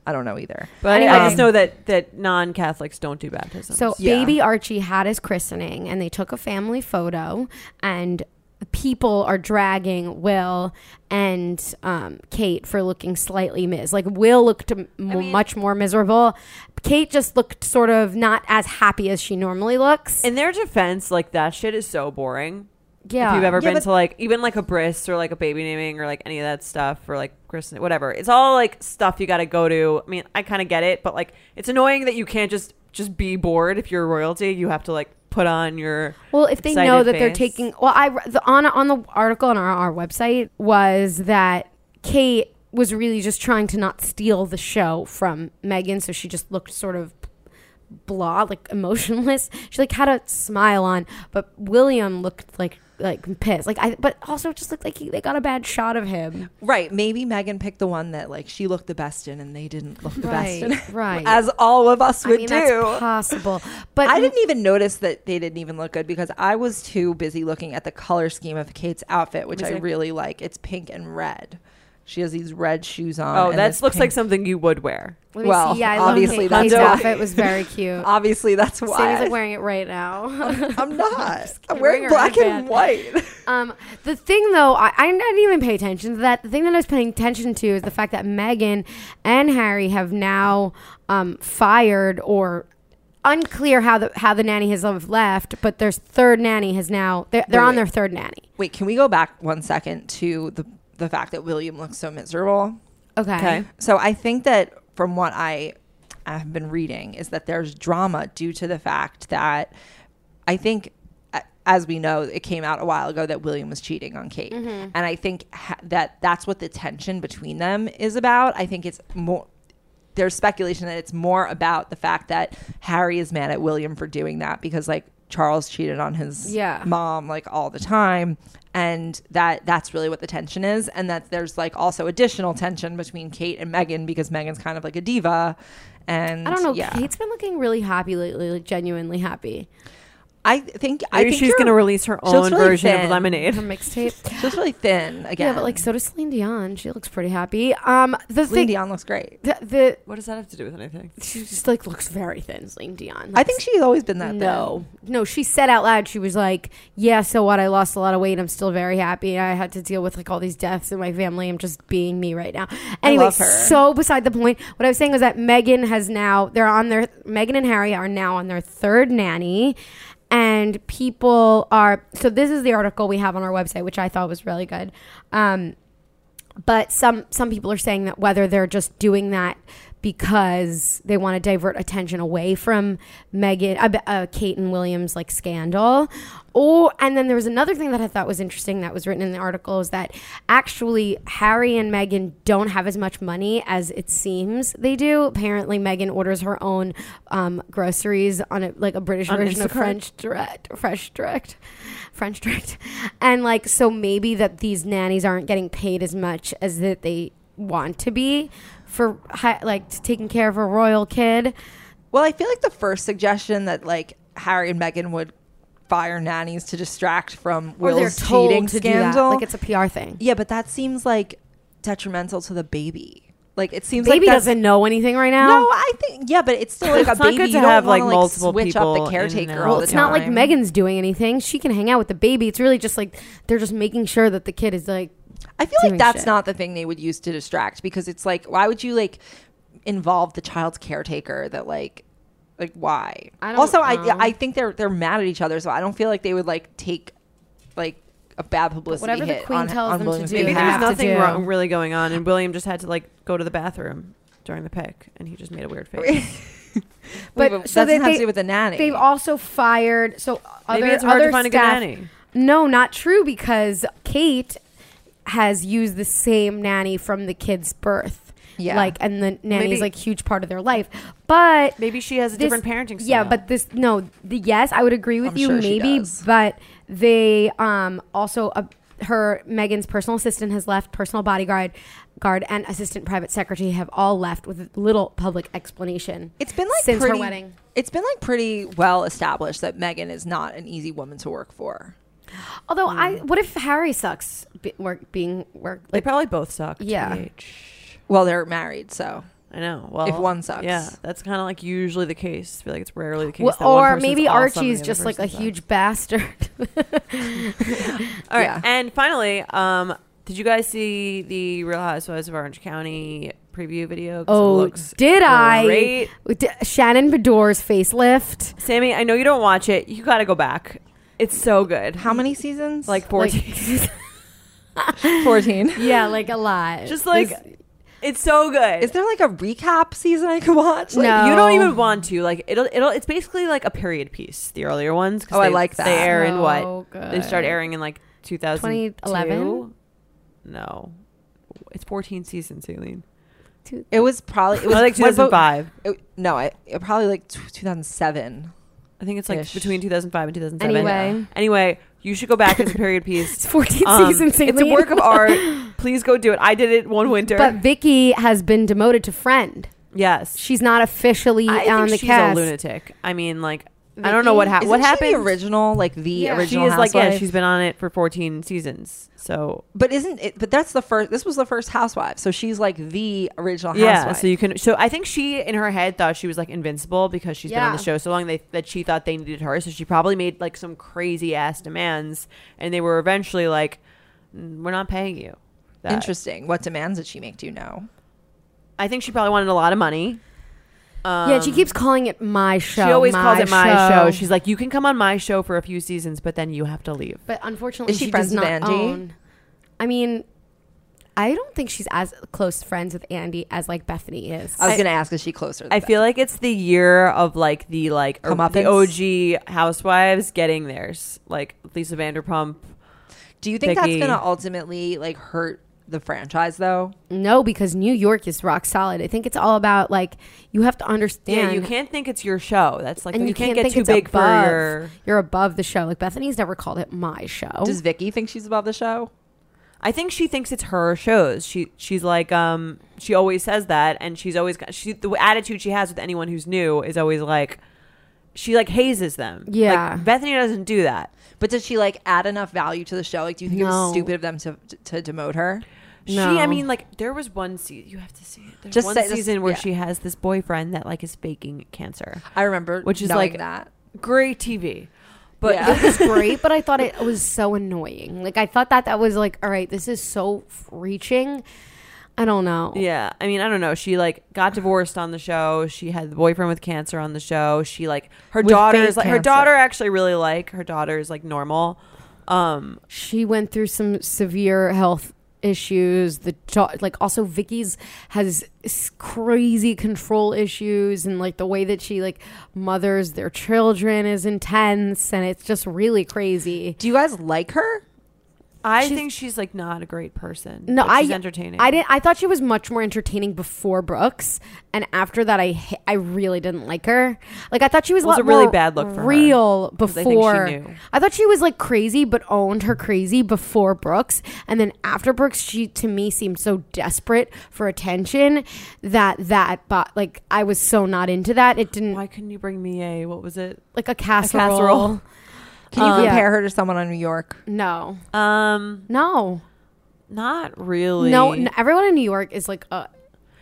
Speaker 3: I don't know either.
Speaker 2: But I- I
Speaker 1: Anyway.
Speaker 3: Um,
Speaker 2: just know that that non Catholics don't do baptism.
Speaker 1: So
Speaker 3: Yeah.
Speaker 1: baby Archie had his christening, and they took a family photo, and people are dragging Will and um, Kate for looking slightly mis. Like Will looked m- much more miserable. Kate just looked sort of not as happy as she normally looks.
Speaker 2: in their defense, like that shit is so boring.
Speaker 1: yeah,
Speaker 2: If you've ever
Speaker 3: Yeah,
Speaker 2: been
Speaker 3: but-
Speaker 2: to like even like a bris or like a baby naming or like any of that stuff or like christening, whatever, it's all like stuff you got to go to. I mean, I kind of get it, but like it's annoying that you can't just just be bored if you're royalty. You have to like put on your
Speaker 1: Well, if they
Speaker 2: excited
Speaker 1: know that they're
Speaker 2: face.
Speaker 1: taking, well, I the, on on the article on our, our website was that Kate was really just trying to not steal the show from Megan, so she just looked sort of blah, like emotionless. She like had a smile on, but William looked like like pissed, like I. But also, it just looked like he, they got a bad shot of him.
Speaker 3: Right. Maybe Megan picked the one that like she looked the best in and they didn't look the best in.
Speaker 1: right.
Speaker 3: As all of us
Speaker 1: I
Speaker 3: would
Speaker 1: mean,
Speaker 3: do.
Speaker 1: that's possible, but
Speaker 3: I didn't even notice that they didn't even look good because I was too busy looking at the color scheme of Kate's outfit, which
Speaker 2: Let
Speaker 3: I
Speaker 2: me see.
Speaker 3: really like. It's pink and red. She has these red shoes on.
Speaker 2: oh,
Speaker 3: and
Speaker 2: that
Speaker 3: this
Speaker 2: looks like
Speaker 3: pink-
Speaker 2: something you would wear.
Speaker 1: Let me
Speaker 3: well,
Speaker 1: see. Yeah, I love
Speaker 3: obviously
Speaker 1: Kate.
Speaker 3: that's
Speaker 1: Kate's
Speaker 3: why.
Speaker 1: outfit was very cute.
Speaker 3: Obviously, that's why.
Speaker 1: Sammy's like wearing it right now.
Speaker 3: I'm not. I'm
Speaker 1: kidding.
Speaker 3: wearing
Speaker 1: Wearing a
Speaker 3: black and
Speaker 1: red band.
Speaker 3: white.
Speaker 1: Um, the thing though, I, I didn't even pay attention to that. The thing that I was paying attention to is the fact that Meghan and Harry have now um, fired or unclear how the how the nanny has left, but their third nanny has now they're, they're
Speaker 3: Wait,
Speaker 1: on
Speaker 3: wait.
Speaker 1: their third nanny.
Speaker 3: Wait, can we go back one second to the the fact that William looks so miserable?
Speaker 1: Okay.
Speaker 2: Okay.
Speaker 3: So I think that from what I have been reading is that there's drama due to the fact that I think a- as we know it came out a while ago that William was cheating on Kate and I think ha- that that's what the tension between them is about. I think it's more there's speculation that it's more about the fact that Harry is mad at William for doing that because like Charles cheated on his
Speaker 1: Yeah.
Speaker 3: mom like all the time and that that's really what the tension is and that there's like also additional tension between Kate and Megan because Megan's kind of like a diva and
Speaker 1: I don't know.
Speaker 3: yeah.
Speaker 1: Kate's been looking really happy lately, like genuinely happy.
Speaker 3: I think I
Speaker 2: Maybe
Speaker 3: think
Speaker 2: she's
Speaker 3: you're-
Speaker 2: going to release her
Speaker 3: she looks
Speaker 2: own
Speaker 3: really
Speaker 2: version
Speaker 3: thin.
Speaker 2: of lemonade.
Speaker 1: Her mixtape.
Speaker 3: She's really thin again.
Speaker 1: Yeah, but like so does Celine Dion. She looks pretty happy. Um, the
Speaker 3: Celine
Speaker 1: thing,
Speaker 3: Dion looks great.
Speaker 1: the, the
Speaker 2: What does that have to do with anything?
Speaker 1: she just like looks very thin. Celine Dion.
Speaker 3: I think she's always been that
Speaker 1: no, no. She said out loud, she was like, "Yeah, so what? I lost a lot of weight. I'm still very happy. I had to deal with like all these deaths in my family. I'm just being me right now." Anyway,
Speaker 3: love her.
Speaker 1: so beside the point, what I was saying was that Megan has now they're on their Megan and Harry are now on their third nanny. And people are so. This is the article we have on our website, which I thought was really good. Um, but some some people are saying that whether they're just doing that because they want to divert attention away from Megan, uh, uh, Kate and Williams like scandal, or and then there was another thing that I thought was interesting that was written in the article is that actually Harry and Meghan don't have as much money as it seems they do. Apparently, Meghan orders her own um, groceries on a, like a British
Speaker 2: On
Speaker 1: version of
Speaker 2: Instacart?
Speaker 1: French Direct, French Direct, French Direct, and like so maybe that these nannies aren't getting paid as much as that they want to be for hi- like t- taking care of a royal kid.
Speaker 3: Well, I feel like the first suggestion that like Harry and Meghan would fire nannies to distract from
Speaker 1: Or they're
Speaker 3: Will's
Speaker 1: told
Speaker 3: cheating
Speaker 1: to
Speaker 3: scandal.
Speaker 1: do that. Like it's a PR thing.
Speaker 3: yeah, but that seems like detrimental to the baby. Like it seems
Speaker 1: Baby
Speaker 3: like that's-
Speaker 1: doesn't know anything right now.
Speaker 3: No, I think yeah, but it's still like
Speaker 2: It's
Speaker 3: a
Speaker 2: not
Speaker 3: baby.
Speaker 2: good to
Speaker 3: you don't
Speaker 2: have,
Speaker 3: wanna,
Speaker 2: like, multiple
Speaker 3: switch up
Speaker 2: people
Speaker 3: the
Speaker 2: in
Speaker 3: caretaker.
Speaker 2: and
Speaker 3: all
Speaker 2: out.
Speaker 1: well,
Speaker 3: the
Speaker 1: it's not like
Speaker 3: time.
Speaker 1: Megan's doing anything. She can hang out with the baby. It's really just like they're just making sure that the kid is like.
Speaker 3: I feel
Speaker 1: doing
Speaker 3: like that's
Speaker 1: shit.
Speaker 3: not the thing they would use to distract because it's like why would you like involve the child's caretaker that like like why?
Speaker 1: I don't
Speaker 3: also,
Speaker 1: know.
Speaker 3: I I think they're they're mad at each other, so I don't feel like they would like take like a bad publicity
Speaker 1: whatever the
Speaker 3: hit
Speaker 1: queen
Speaker 3: on,
Speaker 1: tells
Speaker 3: on
Speaker 1: them to
Speaker 3: William's
Speaker 1: do,
Speaker 2: Maybe
Speaker 1: you
Speaker 3: behalf.
Speaker 2: there's
Speaker 1: have to
Speaker 2: nothing
Speaker 1: do.
Speaker 2: wrong really going on, and William just had to like go to the bathroom during the pick, and he just made a weird face.
Speaker 1: But
Speaker 3: Wait, but
Speaker 1: so
Speaker 3: that doesn't
Speaker 1: they-
Speaker 3: have to
Speaker 1: they-
Speaker 3: do with the nanny.
Speaker 1: They've also fired so other
Speaker 2: Maybe it's hard
Speaker 1: other
Speaker 2: to find
Speaker 1: staff,
Speaker 2: a good nanny.
Speaker 1: No, not true because Kate has used the same nanny from the kid's birth.
Speaker 3: Yeah.
Speaker 1: Like and the nanny is
Speaker 2: Maybe-
Speaker 1: like huge part of their life. But
Speaker 2: Maybe she has a
Speaker 1: this-
Speaker 2: different parenting style.
Speaker 1: Yeah, but this no, the, yes, I would agree with
Speaker 3: I'm
Speaker 1: you
Speaker 3: sure she
Speaker 1: maybe,
Speaker 3: does.
Speaker 1: but they um also uh, her Megan's personal assistant has left, personal bodyguard guard and assistant private secretary have all left with little public explanation.
Speaker 3: It's been like
Speaker 1: since her
Speaker 3: pretty,
Speaker 1: wedding.
Speaker 3: It's been like pretty well established that Megan is not an easy woman to work for.
Speaker 1: Although I,
Speaker 3: Hmm.
Speaker 1: what if Harry sucks be, work being work?
Speaker 2: they
Speaker 1: Like,
Speaker 2: probably both suck.
Speaker 1: Yeah.
Speaker 2: TBH.
Speaker 3: Well, they're married, so
Speaker 2: I know. Well,
Speaker 3: one sucks.
Speaker 2: yeah, that's kind of like usually the case. I feel like it's rarely the case.
Speaker 1: well,
Speaker 2: that one
Speaker 1: or
Speaker 2: person's
Speaker 1: maybe
Speaker 2: awesome and the
Speaker 1: Archie's
Speaker 2: other
Speaker 1: just like a
Speaker 2: person sucks.
Speaker 1: huge bastard.
Speaker 2: All right,
Speaker 3: Yeah.
Speaker 2: and finally, um, did you guys see the Real Housewives of Orange County preview video? 'Cause it
Speaker 1: oh,
Speaker 2: looks
Speaker 1: did I?
Speaker 2: great.
Speaker 1: D- Shannon Bedore's facelift.
Speaker 2: Sammy, I know you don't watch it. You got to go back. It's so good.
Speaker 3: how many seasons?
Speaker 2: Like
Speaker 1: Like,
Speaker 2: fourteen.
Speaker 3: fourteen.
Speaker 1: yeah, like a lot.
Speaker 2: just like
Speaker 1: This-
Speaker 2: it's so good.
Speaker 3: Is there like a recap season I could watch? Like,
Speaker 1: No.
Speaker 2: you don't even want to like it'll it'll it's basically like a period piece the earlier ones 'cause
Speaker 3: Oh, I
Speaker 2: they-
Speaker 3: like
Speaker 2: they
Speaker 3: that.
Speaker 2: air in
Speaker 1: So
Speaker 2: what
Speaker 1: good.
Speaker 2: they start airing in like 2002
Speaker 1: 2011?
Speaker 2: no it's 14 seasons Aileen
Speaker 3: It was probably it
Speaker 2: it was
Speaker 3: was
Speaker 2: like
Speaker 3: what about-
Speaker 2: 2005
Speaker 3: it- no, it, it probably like t- 2007.
Speaker 2: I think it's like
Speaker 3: Ish.
Speaker 2: between 2005 and 2007
Speaker 1: anyway,
Speaker 2: Anyway, you should go back as a period piece
Speaker 1: it's 14
Speaker 2: uh, Um,
Speaker 1: seasons.
Speaker 2: it's a
Speaker 1: Aileen.
Speaker 2: work of art please go do it I did it one winter
Speaker 1: But Vicky has been demoted to friend.
Speaker 2: yes
Speaker 1: She's not officially
Speaker 2: I
Speaker 1: on
Speaker 2: think
Speaker 1: the
Speaker 2: she's
Speaker 1: cast.
Speaker 2: a lunatic I mean like I don't know what
Speaker 3: Isn't
Speaker 2: happened Uh, what
Speaker 3: she
Speaker 2: happened
Speaker 3: The original, like the
Speaker 1: Yeah.
Speaker 3: original.
Speaker 2: she is like yeah
Speaker 3: Housewife?
Speaker 2: she's been on it for 14 seasons so
Speaker 3: But isn't it? But that's the first. This was the first housewife, so she's like the original
Speaker 2: yeah
Speaker 3: housewife.
Speaker 2: so you can so i think she in her head thought she was like invincible because she's been on
Speaker 1: Yeah.
Speaker 2: the show so long they, that she thought they needed her so she probably made like some crazy ass demands and they were eventually like "Mm, we're not paying you that.
Speaker 3: Interesting. What demands did she make? Do you know?
Speaker 2: i think she probably wanted a lot of money um,
Speaker 1: yeah, she keeps calling it my show.
Speaker 2: she always calls it my show.
Speaker 1: show.
Speaker 2: She's like, you can come on my show for a few seasons, but then you have to leave.
Speaker 1: But unfortunately,
Speaker 3: Is
Speaker 1: she,
Speaker 3: she friends
Speaker 1: does not
Speaker 3: with Andy?
Speaker 1: own. I mean, I don't think she's as close friends with Andy as like Bethany is.
Speaker 3: I was
Speaker 2: I-
Speaker 3: gonna ask. Is she closer? than
Speaker 2: I
Speaker 3: that?
Speaker 2: feel like it's the year of like the like or the
Speaker 3: Comeuppance.
Speaker 2: OG housewives getting theirs, like Lisa Vanderpump.
Speaker 3: Do you think
Speaker 2: Vicky.
Speaker 3: that's gonna ultimately like hurt the franchise though?
Speaker 1: no, because New York is rock solid. I think it's all about like you have to understand.
Speaker 2: Yeah, you can't think it's your show. That's like
Speaker 1: and
Speaker 2: you,
Speaker 1: you
Speaker 2: can't,
Speaker 1: can't
Speaker 2: get
Speaker 1: think
Speaker 2: too
Speaker 1: it's
Speaker 2: big
Speaker 1: above.
Speaker 2: for your.
Speaker 1: You're above the show. Like Bethany's never called it my show.
Speaker 2: Oh.
Speaker 3: Does Vicky think she's above the show?
Speaker 2: I think she thinks it's her shows. She she's like um she always says that, and she's always got she the attitude she has with anyone who's new is always like she like hazes them. Like,
Speaker 1: Yeah.
Speaker 2: Bethany doesn't do that.
Speaker 3: But did she like add enough value to the show? Like, do you think it
Speaker 1: No.
Speaker 3: was stupid of them to to demote her?
Speaker 2: She, I
Speaker 1: No.
Speaker 2: mean, like there was one season. You have to see it. There's
Speaker 3: Just
Speaker 2: one
Speaker 3: say- just-
Speaker 2: season where
Speaker 3: yeah.
Speaker 2: she has this boyfriend that like is faking cancer.
Speaker 3: I remember,
Speaker 2: Which is
Speaker 3: knowing
Speaker 2: like-
Speaker 3: that.
Speaker 2: Great TV, but
Speaker 3: Yeah.
Speaker 1: it was great, but I thought it was so annoying. Like I thought that that was like, all right, this is so reaching. I don't know.
Speaker 2: Yeah, I mean, I don't know. She like got divorced on the show. She had the boyfriend with cancer on the show. She like her
Speaker 1: With
Speaker 2: daughter
Speaker 1: fake
Speaker 2: is like her
Speaker 1: cancer.
Speaker 2: daughter I actually really like her daughter is like normal. Um,
Speaker 1: She went through some severe health issues. The jo- like also Vicky's has s- crazy control issues and like the way that she like mothers their children is intense and it's just really crazy.
Speaker 3: Do you guys like her?
Speaker 2: I
Speaker 1: She's-
Speaker 2: think she's like not a great person.
Speaker 1: No,
Speaker 2: but she's
Speaker 1: I
Speaker 2: entertaining.
Speaker 1: I didn't. I thought she was much more entertaining before Brooks, and after that, I hi- I really didn't like her. Like I thought she was a
Speaker 2: It was
Speaker 1: lot
Speaker 2: a really
Speaker 1: more
Speaker 2: bad look for her,
Speaker 1: real
Speaker 2: 'cause I think she
Speaker 1: before.
Speaker 2: knew.
Speaker 1: I thought she was like crazy, but owned her crazy before Brooks, and then after Brooks, she to me seemed so desperate for attention that that but like I was so not into that. It didn't
Speaker 2: Why couldn't you bring me a what was it?
Speaker 1: like a casserole.
Speaker 2: casserole.
Speaker 3: Can you
Speaker 1: Um,
Speaker 3: compare
Speaker 1: yeah.
Speaker 3: her to someone on New York?
Speaker 1: No,
Speaker 2: Um,
Speaker 1: no,
Speaker 2: not really.
Speaker 1: no, n- Everyone in New York is like a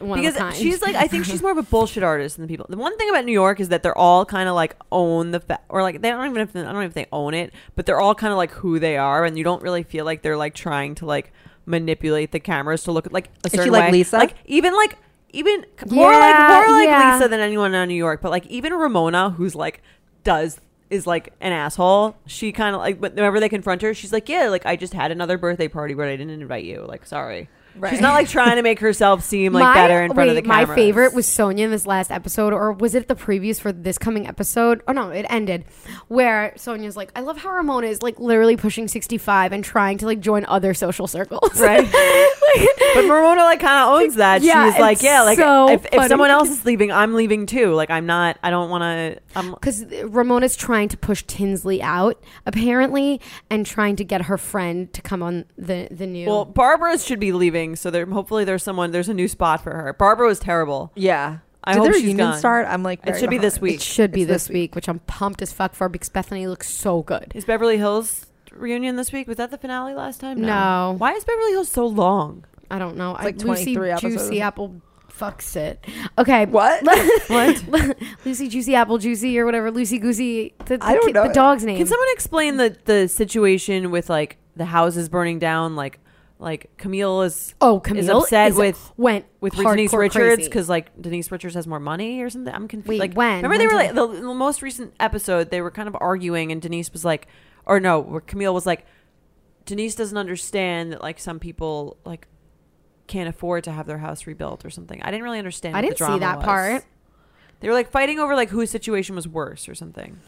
Speaker 1: one of a kind.
Speaker 2: because she's like I think she's more of a bullshit artist than the people. The one thing about New York is that they're all kind of like own the fa- or like they don't even if I don't know if they own it, but they're all kind of like who they are, and you don't really feel like they're like trying to like manipulate the cameras to look like a
Speaker 3: Is she
Speaker 2: certain
Speaker 3: like
Speaker 2: way.
Speaker 3: Lisa?
Speaker 2: Like even like even more like
Speaker 1: Yeah,
Speaker 2: more like
Speaker 1: yeah.
Speaker 2: Lisa than anyone on New York, but like even Ramona who's like does is like an asshole. She kind of like but whenever they confront her, she's like, "Yeah, like I just had another birthday party, but I didn't invite you. Like, sorry." She's
Speaker 3: Right.
Speaker 2: not like trying to make herself seem like
Speaker 1: My-
Speaker 2: better in front of
Speaker 1: wait,
Speaker 2: the camera.
Speaker 1: My favorite was Sonia in this last episode, or was it the previews for this coming episode? Oh no, it ended where Sonia's like, I love how Ramona is like literally pushing sixty five and trying to like join other social circles.
Speaker 2: Right. but Ramona like kind of owns that.
Speaker 1: Yeah,
Speaker 2: She's like,
Speaker 1: it's
Speaker 2: yeah, like
Speaker 1: so
Speaker 2: if, if
Speaker 1: funny.
Speaker 2: someone else is leaving, I'm leaving too. Like I'm not. I don't want to. I'm
Speaker 1: Because Ramona's trying to push Tinsley out, apparently, and trying to get her friend to come on the the new.
Speaker 2: well. Barbara should be leaving, so there. Hopefully, there's someone. There's a new spot for her. Barbara was terrible.
Speaker 3: Yeah.
Speaker 2: I
Speaker 3: Did
Speaker 2: hope
Speaker 3: their
Speaker 2: she's
Speaker 3: union
Speaker 2: gone.
Speaker 3: start? I'm like,
Speaker 2: It
Speaker 3: very
Speaker 2: should be this
Speaker 3: behind.
Speaker 2: week.
Speaker 1: it should be
Speaker 3: It's
Speaker 1: this week, which I'm pumped as fuck for because Bethany looks so good.
Speaker 2: Is Beverly Hills reunion this week? Was that the finale last time?
Speaker 1: No.
Speaker 2: Why is Beverly Hills so long?
Speaker 1: I don't know. I,
Speaker 3: like
Speaker 1: Lucy
Speaker 3: 23 episodes.
Speaker 1: Juicy Apple fucks it. Okay.
Speaker 3: What?
Speaker 2: What?
Speaker 1: Lucy Juicy Apple Juicy or whatever Lucy Goosey. The, the,
Speaker 3: I don't
Speaker 1: kid-
Speaker 3: know.
Speaker 1: the dog's name.
Speaker 2: Can someone explain the the situation with like the houses burning down? Like like Camille is
Speaker 1: oh, Camille
Speaker 2: is upset
Speaker 1: is-
Speaker 2: with
Speaker 1: went
Speaker 2: with
Speaker 1: hardcore
Speaker 2: Denise Richards
Speaker 1: crazy.
Speaker 2: because like Denise Richards has more money or something. I'm confused.
Speaker 1: Wait,
Speaker 2: like
Speaker 1: when?
Speaker 2: Remember they were
Speaker 1: When
Speaker 2: like the, the most recent episode. They were kind of arguing, and Denise was like, or no, where Camille was like, Denise doesn't understand that like some people like can't afford to have their house rebuilt or something. I didn't really understand.
Speaker 1: I
Speaker 2: what the
Speaker 1: didn't see
Speaker 2: drama
Speaker 1: that
Speaker 2: was.
Speaker 1: part.
Speaker 2: They were like fighting over like whose situation was worse or something.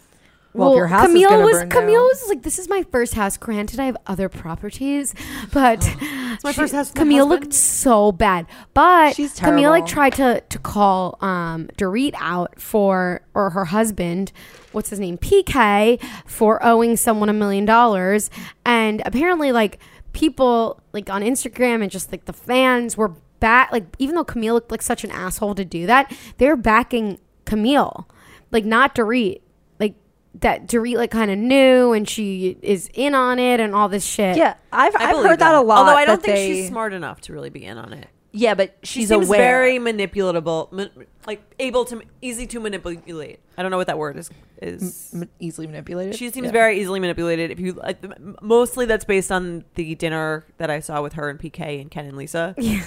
Speaker 3: Well, if your house is
Speaker 1: Camille
Speaker 3: gonna
Speaker 1: was
Speaker 3: burn
Speaker 1: Camille
Speaker 3: down.
Speaker 1: was like, "This is my first house. Granted, I have other properties, but it's
Speaker 2: my first house with my
Speaker 1: Camille
Speaker 2: husband."
Speaker 1: looked so bad, but
Speaker 3: She's
Speaker 1: Camille like
Speaker 3: terrible.
Speaker 1: tried to to call um Dorit out for or her husband, what's his name, PK, for owing someone a million dollars, and apparently like people like on Instagram and just like the fans were back like even though Camille looked like such an asshole to do that, they're backing Camille, like not Dorit. Like that Dorit like kind of knew and she is in on it and all this shit.
Speaker 3: Yeah, I've, I've
Speaker 2: I believe
Speaker 3: heard that. a lot.
Speaker 2: Although I don't
Speaker 3: that
Speaker 2: think
Speaker 3: they-
Speaker 2: she's smart enough to really be in on it.
Speaker 3: Yeah, but
Speaker 2: She
Speaker 3: she's
Speaker 2: seems
Speaker 3: aware.
Speaker 2: very manipulatable, ma- like able to easy to manipulate. I don't know what that word is. Is
Speaker 3: m- easily manipulated.
Speaker 2: she seems
Speaker 3: Yeah.
Speaker 2: very easily manipulated. If you like, m- mostly that's based on the dinner that I saw with her and PK and Ken and Lisa. Yeah,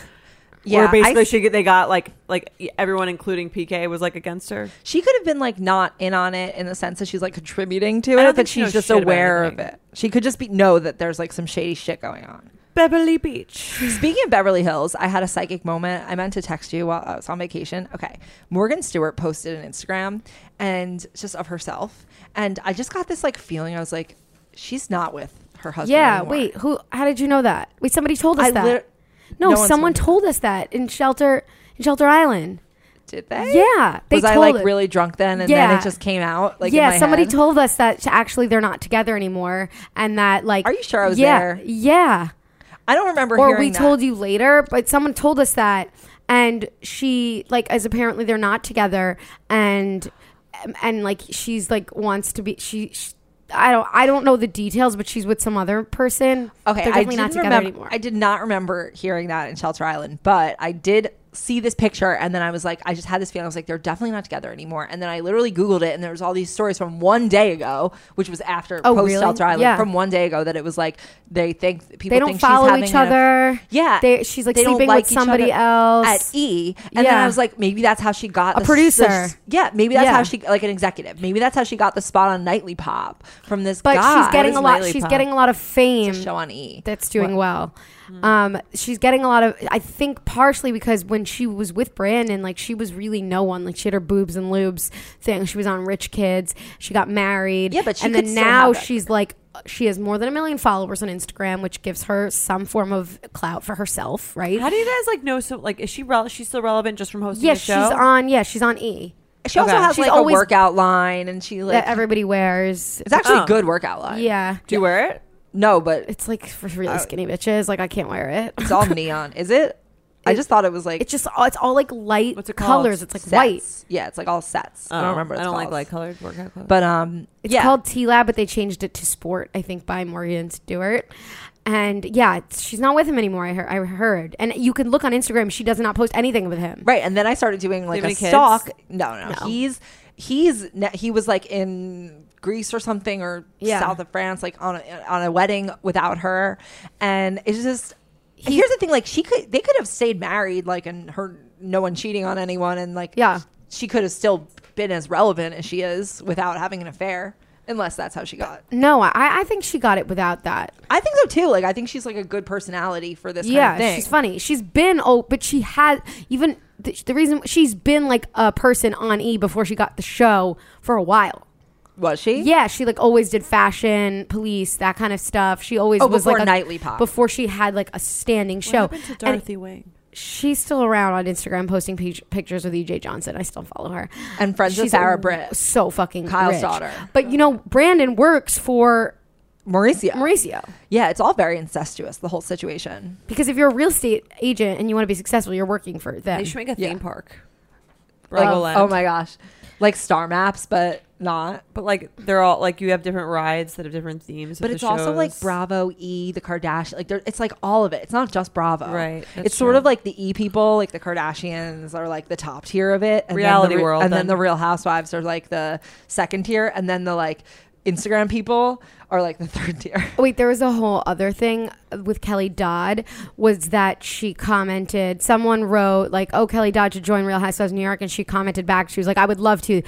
Speaker 3: Yeah,
Speaker 2: where
Speaker 3: I
Speaker 2: basically
Speaker 3: s-
Speaker 2: she they got like like e, everyone including PK was like against her.
Speaker 3: She could have been like not in on it in the sense that she's like contributing to
Speaker 2: don't
Speaker 3: it,
Speaker 2: think
Speaker 3: but
Speaker 2: she
Speaker 3: she's
Speaker 2: knows
Speaker 3: just
Speaker 2: shit about
Speaker 3: aware of
Speaker 2: anything.
Speaker 3: it. She could just be know that there's like some shady shit going on.
Speaker 2: Beverly Beach.
Speaker 3: Speaking of Beverly Hills, I had a psychic moment. I meant to text you while I was on vacation. Okay. Morgan Stewart posted an Instagram and just of herself. And I just got this like feeling. I was like, she's not with her husband.
Speaker 1: Yeah,
Speaker 3: anymore.
Speaker 1: wait, who how did you know that? Wait, somebody told us
Speaker 3: I
Speaker 1: that.
Speaker 3: lit-
Speaker 1: no,
Speaker 3: no one
Speaker 1: someone
Speaker 3: told
Speaker 1: told us that in Shelter in Shelter Island.
Speaker 3: Did they?
Speaker 1: Yeah, they
Speaker 3: was
Speaker 1: told
Speaker 3: I like
Speaker 1: it.
Speaker 3: really drunk then and
Speaker 1: Yeah.
Speaker 3: then it just came out? Like, in
Speaker 1: yeah,
Speaker 3: my
Speaker 1: somebody
Speaker 3: head?
Speaker 1: told us that actually they're not together anymore and that like
Speaker 3: Are you sure I was
Speaker 1: yeah,
Speaker 3: there?
Speaker 1: Yeah.
Speaker 3: I don't remember
Speaker 1: or
Speaker 3: hearing
Speaker 1: we
Speaker 3: that.
Speaker 1: told you later but someone told us that and she like as apparently they're not together and um, and like she's like wants to be she, she I don't I don't know the details, but she's with some other person.
Speaker 3: Okay,
Speaker 1: they're definitely
Speaker 3: I didn't
Speaker 1: not together
Speaker 3: remember,
Speaker 1: anymore.
Speaker 3: I did not remember hearing that in Shelter Island, but I did see this picture, and then I was like, I just had this feeling. I was like, they're definitely not together anymore. And then I literally Googled it, and there was all these stories from one day ago, which was after
Speaker 1: Oh,
Speaker 3: post
Speaker 1: really?
Speaker 3: Shelter Island,
Speaker 1: Yeah.
Speaker 3: from one day ago that it was like they think people
Speaker 1: they don't
Speaker 3: think
Speaker 1: follow
Speaker 3: she's having
Speaker 1: each
Speaker 3: an aff-
Speaker 1: other.
Speaker 3: yeah,
Speaker 1: they, she's like
Speaker 3: they don't
Speaker 1: sleeping
Speaker 3: like
Speaker 1: with
Speaker 3: each other
Speaker 1: somebody else.
Speaker 3: at E, and then
Speaker 1: Yeah.
Speaker 3: I was like, maybe that's how she got
Speaker 1: A
Speaker 3: the-
Speaker 1: producer.
Speaker 3: the- yeah, maybe that's
Speaker 1: Yeah.
Speaker 3: how she like an executive. Maybe that's how she got the spot on Nightly Pop from this
Speaker 1: but
Speaker 3: guy.
Speaker 1: she's getting
Speaker 2: is
Speaker 1: a lot.
Speaker 2: Nightly
Speaker 1: She's
Speaker 2: Pop?
Speaker 1: getting a lot of fame.
Speaker 3: It's a show Mm-hmm. on E.
Speaker 1: that's doing well. Um, she's getting a lot of, I think, partially because when she was with Brandon, like she was really no one. Like she had her boobs and lubes thing. She was on Rich Kids. She got married.
Speaker 3: Yeah, but she
Speaker 1: and
Speaker 3: could
Speaker 1: then
Speaker 3: still
Speaker 1: now
Speaker 3: have that.
Speaker 1: she's like, she has more than a million followers on Instagram, which gives her some form of clout for herself, right?
Speaker 2: How do you guys like know? So like, is she rel- she's still relevant just from hosting
Speaker 1: yeah,
Speaker 2: the
Speaker 1: she's
Speaker 2: show?
Speaker 1: on. Yeah, she's on E
Speaker 3: She also
Speaker 2: Okay.
Speaker 3: has
Speaker 1: She's
Speaker 3: like
Speaker 1: always-
Speaker 3: a workout line, and she like
Speaker 1: that everybody wears.
Speaker 3: it's actually
Speaker 2: Oh.
Speaker 3: a good workout line.
Speaker 1: Yeah,
Speaker 2: Do you wear it?
Speaker 3: No, but
Speaker 1: it's like for really skinny bitches. Like I can't wear it.
Speaker 3: it's all neon. Is it? I just thought it was like
Speaker 1: It's just all, it's all like light
Speaker 2: What's it called?
Speaker 1: colors. It's like
Speaker 3: sets.
Speaker 1: white.
Speaker 3: Yeah, it's like all sets. I
Speaker 2: Oh,
Speaker 3: don't remember. What
Speaker 2: I
Speaker 3: it's
Speaker 2: don't like
Speaker 3: called.
Speaker 2: light colored workout clothes.
Speaker 3: But um,
Speaker 1: It's
Speaker 3: yeah.
Speaker 1: called T Lab, but they changed it to Sport, I think, by Morgan Stewart. And yeah, it's, she's not with him anymore. I heard, I heard, and you can look on Instagram. She does not post anything with him.
Speaker 3: Right, and then I started doing like
Speaker 2: have
Speaker 3: a
Speaker 2: any kids?
Speaker 3: stalk. No, no,
Speaker 1: No.
Speaker 3: he's he's ne- he was like in Greece or something or
Speaker 1: Yeah.
Speaker 3: south of France, like on a, on a wedding without her, and it's just here's the thing: like she could they could have stayed married, like and her no one cheating on anyone, and like
Speaker 1: Yeah.
Speaker 3: she could have still been as relevant as she is without having an affair, unless that's how she got.
Speaker 1: No, I, I think she got it without that.
Speaker 3: I think so too. Like I think she's like a good personality for this.
Speaker 1: yeah,
Speaker 3: kind of thing.
Speaker 1: she's funny. She's been oh, but she had even the, the reason she's been like a person on E before she got the show for a while.
Speaker 3: Was she?
Speaker 1: Yeah, she like always did fashion, police, that kind of stuff. She always
Speaker 3: Oh,
Speaker 1: was
Speaker 3: before
Speaker 1: like a-
Speaker 3: Nightly Pop.
Speaker 1: before she had like a standing show.
Speaker 2: what happened to
Speaker 1: And-
Speaker 2: Dorothy Wing?
Speaker 1: she's still around on Instagram posting pe- pictures with EJ Johnson. I still follow her.
Speaker 3: And friends with
Speaker 1: She's
Speaker 3: Sarah Britt.
Speaker 1: So fucking
Speaker 3: Kyle's
Speaker 1: rich.
Speaker 3: daughter.
Speaker 1: But you know, Brandon works for
Speaker 3: Mauricio.
Speaker 1: Mauricio
Speaker 3: Yeah, it's all very incestuous, the whole situation.
Speaker 1: because if you're a real estate agent and you want to be successful, you're working for them.
Speaker 2: They should make a
Speaker 3: Yeah.
Speaker 2: theme park.
Speaker 3: Like,
Speaker 2: Legoland.
Speaker 3: oh my gosh. Like star maps, but not.
Speaker 2: But like they're all like you have different rides that have different themes. of
Speaker 3: But
Speaker 2: the
Speaker 3: it's also like
Speaker 2: shows.
Speaker 3: Bravo E, the Kardashian. Like there, it's like all of it. It's not just Bravo.
Speaker 2: Right, that's
Speaker 3: It's sort
Speaker 2: true.
Speaker 3: of like the E people, like the Kardashians are like the top tier of it. And
Speaker 2: Reality
Speaker 3: then the, re-
Speaker 2: World,
Speaker 3: And then
Speaker 2: then.
Speaker 3: the Real Housewives are like the second tier. And then the like Instagram people are like the third tier.
Speaker 1: Wait, there was a whole other thing with Kelly Dodd was that she commented. Someone wrote like, "Oh, Kelly Dodd should join Real Housewives of New York," and she commented back. She was like, "I would love to."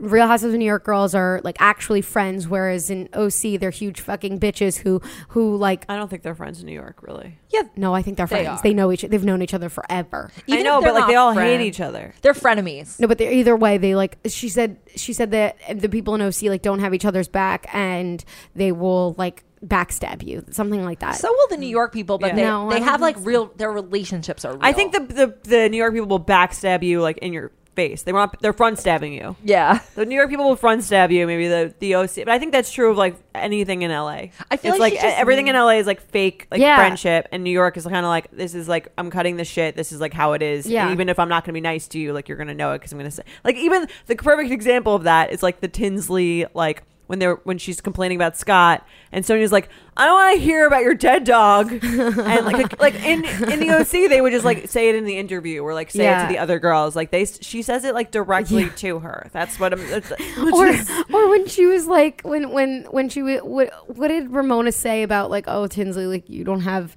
Speaker 1: Real Housewives of New York girls are like actually friends, whereas in OC they're huge fucking bitches who who like.
Speaker 2: I don't think they're friends in New York really.
Speaker 3: Yeah.
Speaker 1: No, I think they're
Speaker 3: They
Speaker 1: friends.
Speaker 3: are.
Speaker 1: They, know each. They've known each other forever.
Speaker 2: I
Speaker 3: Even
Speaker 2: know,
Speaker 3: if they're
Speaker 2: but like they
Speaker 3: not
Speaker 2: all
Speaker 3: friends.
Speaker 2: hate each other.
Speaker 3: They're frenemies.
Speaker 1: No, but they're, either way, they like. She said. She said that the people in OC like don't have each other's back, and they will like backstab you, something like that.
Speaker 3: So will the New York people, but
Speaker 2: Yeah.
Speaker 3: they,
Speaker 1: No, I
Speaker 3: they
Speaker 1: don't
Speaker 3: have
Speaker 1: think
Speaker 3: like real, their relationships are real.
Speaker 2: I think the, the the New York people will backstab you like in your face. They want they're front stabbing you.
Speaker 3: Yeah.
Speaker 2: The New York people will front stab you, maybe the the OC. But I think that's true of like anything in LA.
Speaker 3: I feel
Speaker 2: it's
Speaker 3: like
Speaker 2: like, e,
Speaker 3: she just-
Speaker 2: everything in LA is like fake, like
Speaker 1: Yeah.
Speaker 2: friendship, and New York is kind of like this is like I'm cutting the shit. This is like how it is.
Speaker 1: Yeah.
Speaker 2: And even if I'm not gonna be nice to you, like you're gonna know it because I'm gonna say like even the perfect example of that is like the Tinsley like. When they're when she's complaining about Scott and Sonya's like, I don't want to hear about your dead dog, and like like in in the OC they would just like say it in the interview or like say it
Speaker 1: Yeah.
Speaker 2: to the other girls like they she says it like directly to her. That's what I'm. That's,
Speaker 1: or or when she was like when when when she wa- what what did Ramona say about like oh Tinsley like you don't have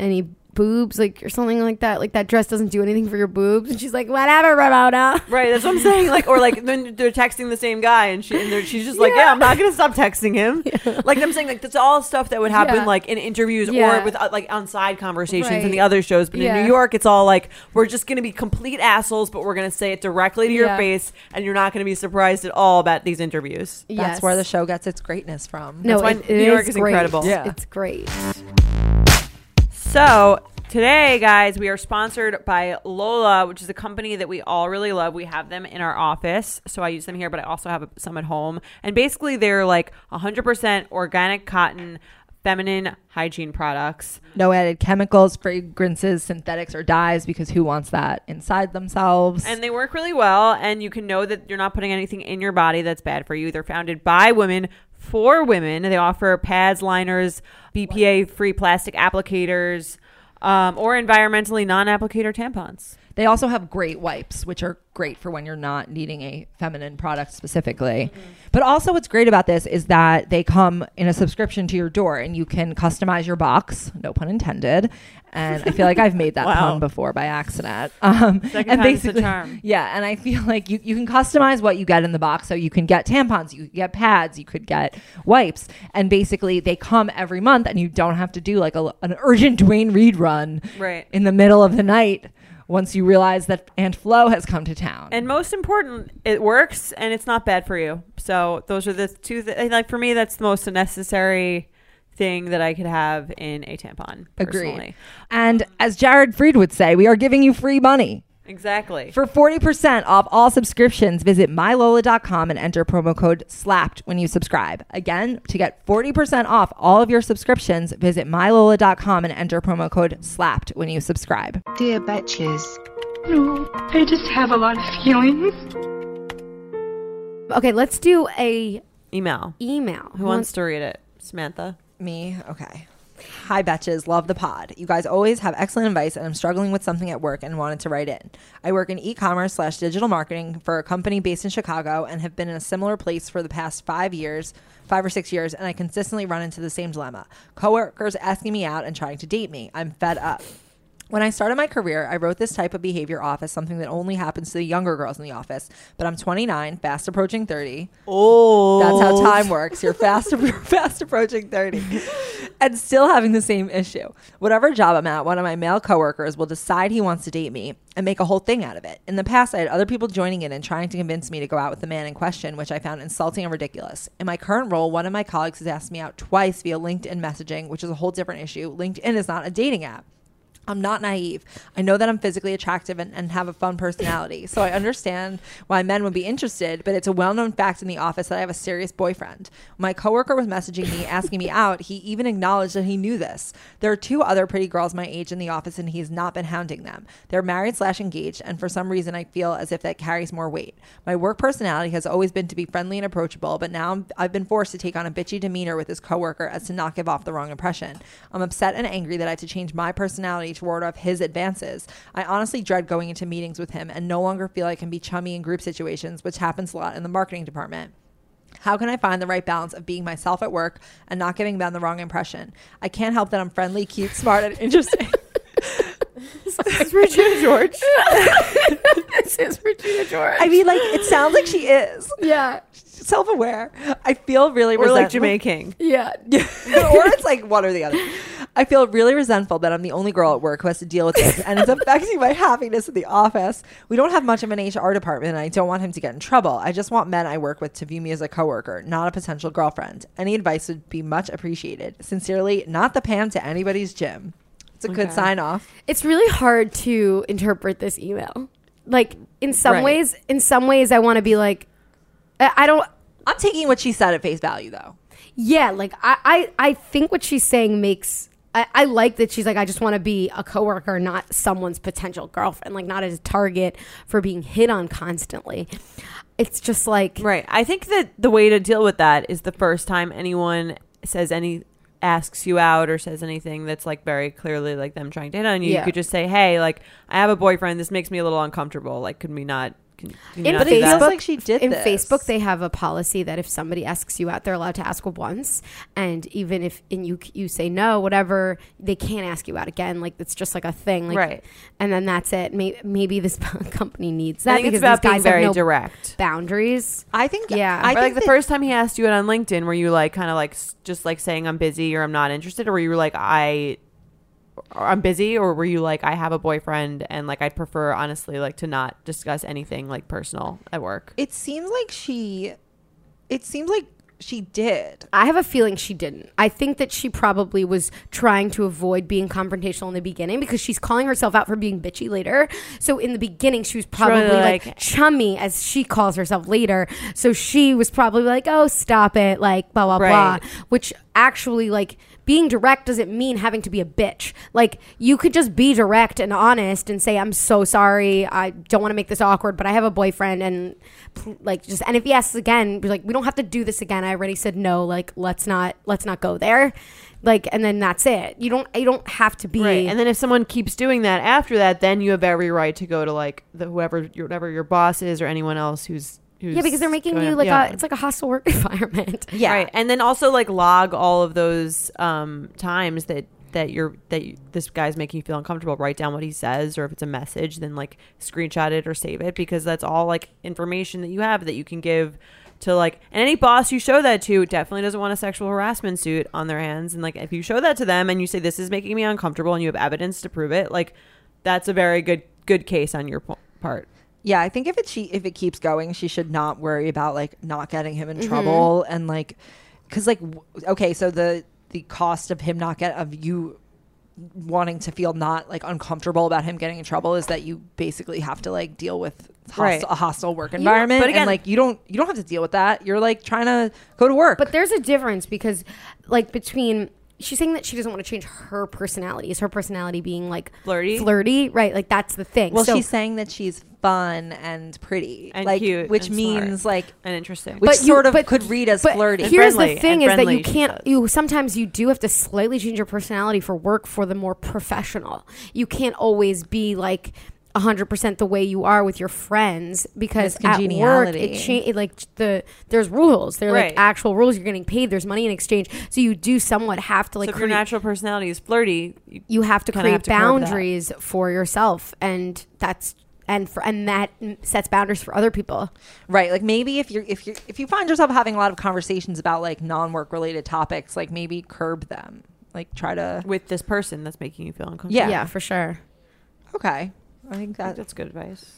Speaker 1: any boobs like or something like that like that dress doesn't do anything for your boobs and she's like whatever Ramona
Speaker 2: Right, that's what I'm saying. Like, or like, then they're texting the same guy, and, she, and they're, she's just like,
Speaker 1: Yeah.
Speaker 2: "Yeah, I'm not gonna stop texting him." Like, I'm saying, like, that's all stuff that would happen,
Speaker 1: Yeah.
Speaker 2: like in interviews
Speaker 1: Yeah.
Speaker 2: or with uh, like on side conversations
Speaker 1: Right.
Speaker 2: and the other shows. But
Speaker 1: Yeah.
Speaker 2: in New York, it's all like, we're just gonna be complete assholes, but we're gonna say it directly to
Speaker 1: Yeah.
Speaker 2: your face, and you're not gonna be surprised at all about these interviews.
Speaker 1: yes.
Speaker 3: That's where the show gets its greatness from.
Speaker 1: no
Speaker 2: why
Speaker 1: it, it
Speaker 2: New York
Speaker 1: is
Speaker 2: is
Speaker 1: great.
Speaker 2: incredible.
Speaker 3: Yeah.
Speaker 1: it's great
Speaker 2: So today, guys, we are sponsored by Lola, which is a company that we all really love. We have them in our office, so I use them here, but I also have some at home. And basically, they're like 100% organic cotton. feminine hygiene products.
Speaker 3: No added chemicals, fragrances, synthetics, or dyes because who wants that inside themselves?
Speaker 2: And they work really well, and you can know that you're not putting anything in your body that's bad for you. They're founded by women for women. They offer pads, liners, BPA free plastic applicators, um, or environmentally non applicator tampons.
Speaker 3: They also have great wipes, which are great for when you're not needing a feminine product specifically.
Speaker 2: Mm-hmm.
Speaker 3: But also, what's great about this is that they come in a subscription to your door and you can customize your box, no pun intended. And I feel like I've made that
Speaker 2: Wow.
Speaker 3: pun before by accident. Um,
Speaker 2: Second
Speaker 3: and
Speaker 2: time's the
Speaker 3: basically,
Speaker 2: charm.
Speaker 3: yeah. And I feel like you, you can customize what you get in the box. So you can get tampons, you could get pads, you could get wipes. And basically, they come every month and you don't have to do like a, an urgent Dwayne Reed run
Speaker 2: Right.
Speaker 3: in the middle of the night once you realize that Aunt Flo has come to town.
Speaker 2: And most important, it works and it's not bad for you. So those are the two. Th- like for me, that's the most necessary thing that I could have in a tampon. Personally.
Speaker 3: Agreed. And as Jared Fried would say, we are giving you free money.
Speaker 2: Exactly.
Speaker 3: For 40% off all subscriptions, visit mylola.com and enter promo code SLAPPED when you subscribe. Again, to get 40% off all of your subscriptions, visit mylola.com and enter promo code SLAPPED when you subscribe.
Speaker 6: Dear Betches.
Speaker 7: No, I just have a lot of feelings.
Speaker 1: Okay, let's do a
Speaker 2: Email.
Speaker 1: email.
Speaker 2: Who wants to read it? Samantha.
Speaker 3: Me? Okay. Hi, Betches. Love the pod. You guys always have excellent advice, and I'm struggling with something at work and wanted to write in. I work in e commerce slash digital marketing for a company based in Chicago and have been in a similar place for the past five years, five or six years, and I consistently run into the same dilemma coworkers asking me out and trying to date me. I'm fed up. When I started my career, I wrote this type of behavior off as something that only happens to the younger girls in the office, but I'm 29, fast approaching 30. That's how time works. You're fast, fast approaching 30 and still having the same issue. Whatever job I'm at, one of my male coworkers will decide he wants to date me and make a whole thing out of it. In the past, I had other people joining in and trying to convince me to go out with the man in question, which I found insulting and ridiculous. In my current role, one of my colleagues has asked me out twice via LinkedIn messaging, which is a whole different issue. LinkedIn is not a dating app. I'm not naive. I know that I'm physically attractive and, and have a fun personality. So I understand why men would be interested, but it's a well known fact in the office that I have a serious boyfriend. My coworker was messaging me, asking me out. He even acknowledged that he knew this. There are two other pretty girls my age in the office, and he has not been hounding them. They're married slash engaged, and for some reason, I feel as if that carries more weight. My work personality has always been to be friendly and approachable, but now I'm, I've been forced to take on a bitchy demeanor with this coworker as to not give off the wrong impression. I'm upset and angry that I have to change my personality to ward off his advances. I honestly dread going into meetings with him and no longer feel I can be chummy in group situations, which happens a lot in the marketing department. How can I find the right balance of being myself at work and not giving them the wrong impression? I can't help that I'm friendly, cute, smart, and interesting.
Speaker 1: This is Regina George. this is Regina George.
Speaker 3: I mean, like, it sounds like she is
Speaker 1: yeah,
Speaker 3: self aware. I feel really
Speaker 2: Or like
Speaker 3: resentful.
Speaker 2: Jamaicane. King.
Speaker 1: yeah.
Speaker 3: or it's like one or the other. I feel really resentful that I'm the only girl at work who has to deal with this, and it's affecting my happiness in the office. We don't have much of an HR department, and I don't want him to get in trouble. I just want men I work with to view me as a coworker, not a potential girlfriend. Any advice would be much appreciated. Sincerely, not the Pam to anybody's gym. It's a good sign off.
Speaker 1: It's really hard to interpret this email. Like in some
Speaker 3: Right.
Speaker 1: ways, in some ways, I want to be like, I, I don't.
Speaker 3: I'm taking what she said at face value, though.
Speaker 1: Yeah, like I, I, I think what she's saying makes. I, I like that she's like, I just want to be a coworker, not someone's potential girlfriend, like not as a target for being hit on constantly. It's just like
Speaker 2: Right. I think that the way to deal with that is the first time anyone says any asks you out or says anything that's like very clearly like them trying to hit on you,
Speaker 1: Yeah.
Speaker 2: you could just say, "Hey, like I have a boyfriend. This makes me a little uncomfortable. Like, could we not?" Can, can you
Speaker 1: In
Speaker 2: not
Speaker 3: But it
Speaker 2: do that?
Speaker 3: feels like she did
Speaker 1: in
Speaker 3: this.
Speaker 1: Facebook they have a policy that if somebody asks you out, they're allowed to ask once, and even if and you you say no, whatever, they can't ask you out again. Like it's just like a thing, like,
Speaker 2: Right.
Speaker 1: And then that's it. Maybe, maybe this company needs that
Speaker 2: I think it's
Speaker 1: because
Speaker 2: about
Speaker 1: these
Speaker 2: being
Speaker 1: guys
Speaker 2: very
Speaker 1: have no
Speaker 2: direct.
Speaker 1: boundaries.
Speaker 3: I think.
Speaker 1: Yeah.
Speaker 3: I
Speaker 1: Or
Speaker 2: Or
Speaker 3: think
Speaker 2: like the
Speaker 3: that-
Speaker 2: first time he asked you it on LinkedIn, were you like kind of like s- just like saying I'm busy or I'm not interested, or were you like I, or I'm busy, or were you like I have a boyfriend and like I'd prefer honestly like to not discuss anything like personal at work.
Speaker 3: It seems like she. It seems like she did.
Speaker 1: I have a feeling she didn't. I think that she probably was trying to avoid being confrontational in the beginning because she's calling herself out for being bitchy later. So in the beginning, she was probably
Speaker 2: Probably
Speaker 1: like,
Speaker 2: like-
Speaker 1: chummy, as she calls herself later. So she was probably like, oh, stop it, like, blah, blah,
Speaker 2: Right.
Speaker 1: blah. Which actually, like, being direct doesn't mean having to be a bitch. Like you could just be direct and honest and say, "I'm so sorry. I don't want to make this awkward, but I have a boyfriend." And pl- like just and if he asks again, be like, "We don't have to do this again. I already said no. Like let's not let's not go there." Like and then that's it. You don't you don't have to be
Speaker 2: Right. And then if someone keeps doing that after that, then you have every right to go to like the whoever your whatever your boss is or anyone else who's who's
Speaker 1: yeah because they're making
Speaker 2: going
Speaker 1: you
Speaker 2: up-
Speaker 1: like
Speaker 2: yeah.
Speaker 1: a it's like a hostile work environment.
Speaker 3: Yeah.
Speaker 2: Right. And then also like log all of those um times that that you're that you, this guy's making you feel uncomfortable. Write down what he says or if it's a message, then like screenshot it or save it because that's all like information that you have that you can give to like and any boss you show that to definitely doesn't want a sexual harassment suit on their hands and like if you show that to them and you say this is making me uncomfortable and you have evidence to prove it like that's a very good good case on your po- part
Speaker 3: Yeah, I think if it she if it keeps going, she should not worry about like not getting him in
Speaker 2: Mm-hmm.
Speaker 3: trouble and like because like w- okay, so the the cost of him not get of you wanting to feel not like uncomfortable about him getting in trouble is that you basically have to like deal with host-
Speaker 2: Right.
Speaker 3: a hostile work environment.
Speaker 2: but again-
Speaker 3: and like you don't you don't have to deal with that. You're like trying to go to work.
Speaker 1: But there's a difference because, like, between she's saying that she doesn't want to change her personality. Is her personality being like
Speaker 2: Flirty?
Speaker 1: flirty, right? Like that's the thing.
Speaker 3: well,
Speaker 1: So-
Speaker 3: she's saying that she's fun and pretty
Speaker 2: And
Speaker 3: like
Speaker 2: cute
Speaker 3: which
Speaker 2: and
Speaker 3: means
Speaker 2: smart.
Speaker 3: like
Speaker 2: and interesting
Speaker 3: which
Speaker 1: But you-
Speaker 3: sort of
Speaker 1: but-
Speaker 3: could read as
Speaker 1: but
Speaker 3: flirty.
Speaker 1: Here's
Speaker 2: friendly,
Speaker 1: the thing:
Speaker 2: and
Speaker 1: is that
Speaker 2: friendly,
Speaker 1: you
Speaker 2: she
Speaker 1: can't.
Speaker 2: says.
Speaker 1: You sometimes you do have to slightly change your personality for work for the more professional. You can't always be like. 100% the way you are with your friends because
Speaker 3: It's
Speaker 1: at work
Speaker 3: congeniality.
Speaker 1: it, cha- it like the there's rules they're like
Speaker 2: Right.
Speaker 1: actual rules you're getting paid there's money in exchange so you do somewhat have to like
Speaker 2: so if your
Speaker 1: create-
Speaker 2: natural personality is flirty you
Speaker 1: you have to
Speaker 2: Kinda
Speaker 1: create
Speaker 2: have to curb that.
Speaker 1: boundaries for yourself and that's and for and that mm, sets boundaries for other people
Speaker 3: Right. Like maybe if you're if you if you find yourself having a lot of conversations about like non work related topics, like maybe curb them. Like try to
Speaker 2: with this person that's making you feel uncomfortable
Speaker 3: Yeah.
Speaker 1: for sure
Speaker 3: Okay. I think
Speaker 2: I think
Speaker 3: that
Speaker 2: that's good advice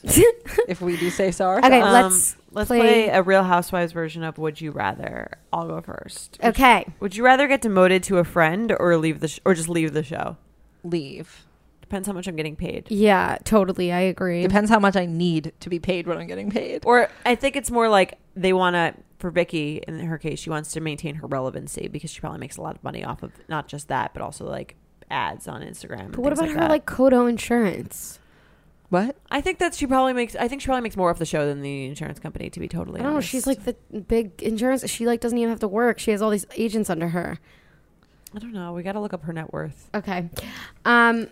Speaker 3: if we do say so
Speaker 1: Okay,
Speaker 3: ourselves.
Speaker 1: Um, let's
Speaker 2: let's play,
Speaker 1: play-
Speaker 2: a Real Housewives version of Would You Rather. I'll go first. Would-
Speaker 1: okay
Speaker 2: Would you rather get demoted to a friend or leave the sh- or just leave the show?
Speaker 3: leave.
Speaker 2: Depends how much I'm getting paid.
Speaker 1: yeah totally i agree
Speaker 3: Depends how much I need to be paid when I'm getting paid.
Speaker 2: Or I think it's more like they want to for Vicky in her case, she wants to maintain her relevancy because she probably makes a lot of money off of not just that, but also like ads on Instagram. and
Speaker 1: but what
Speaker 2: things
Speaker 1: about her
Speaker 2: that.
Speaker 1: like Kodo insurance
Speaker 3: What?
Speaker 2: I think that she probably makes. I think she probably makes more off the show than the insurance company. To be totally,
Speaker 1: i don't know
Speaker 2: honest.
Speaker 1: Oh, she's like the big insurance she like doesn't even have to work she has all these agents under her
Speaker 2: I don't know. We got to look up her net worth.
Speaker 1: okay um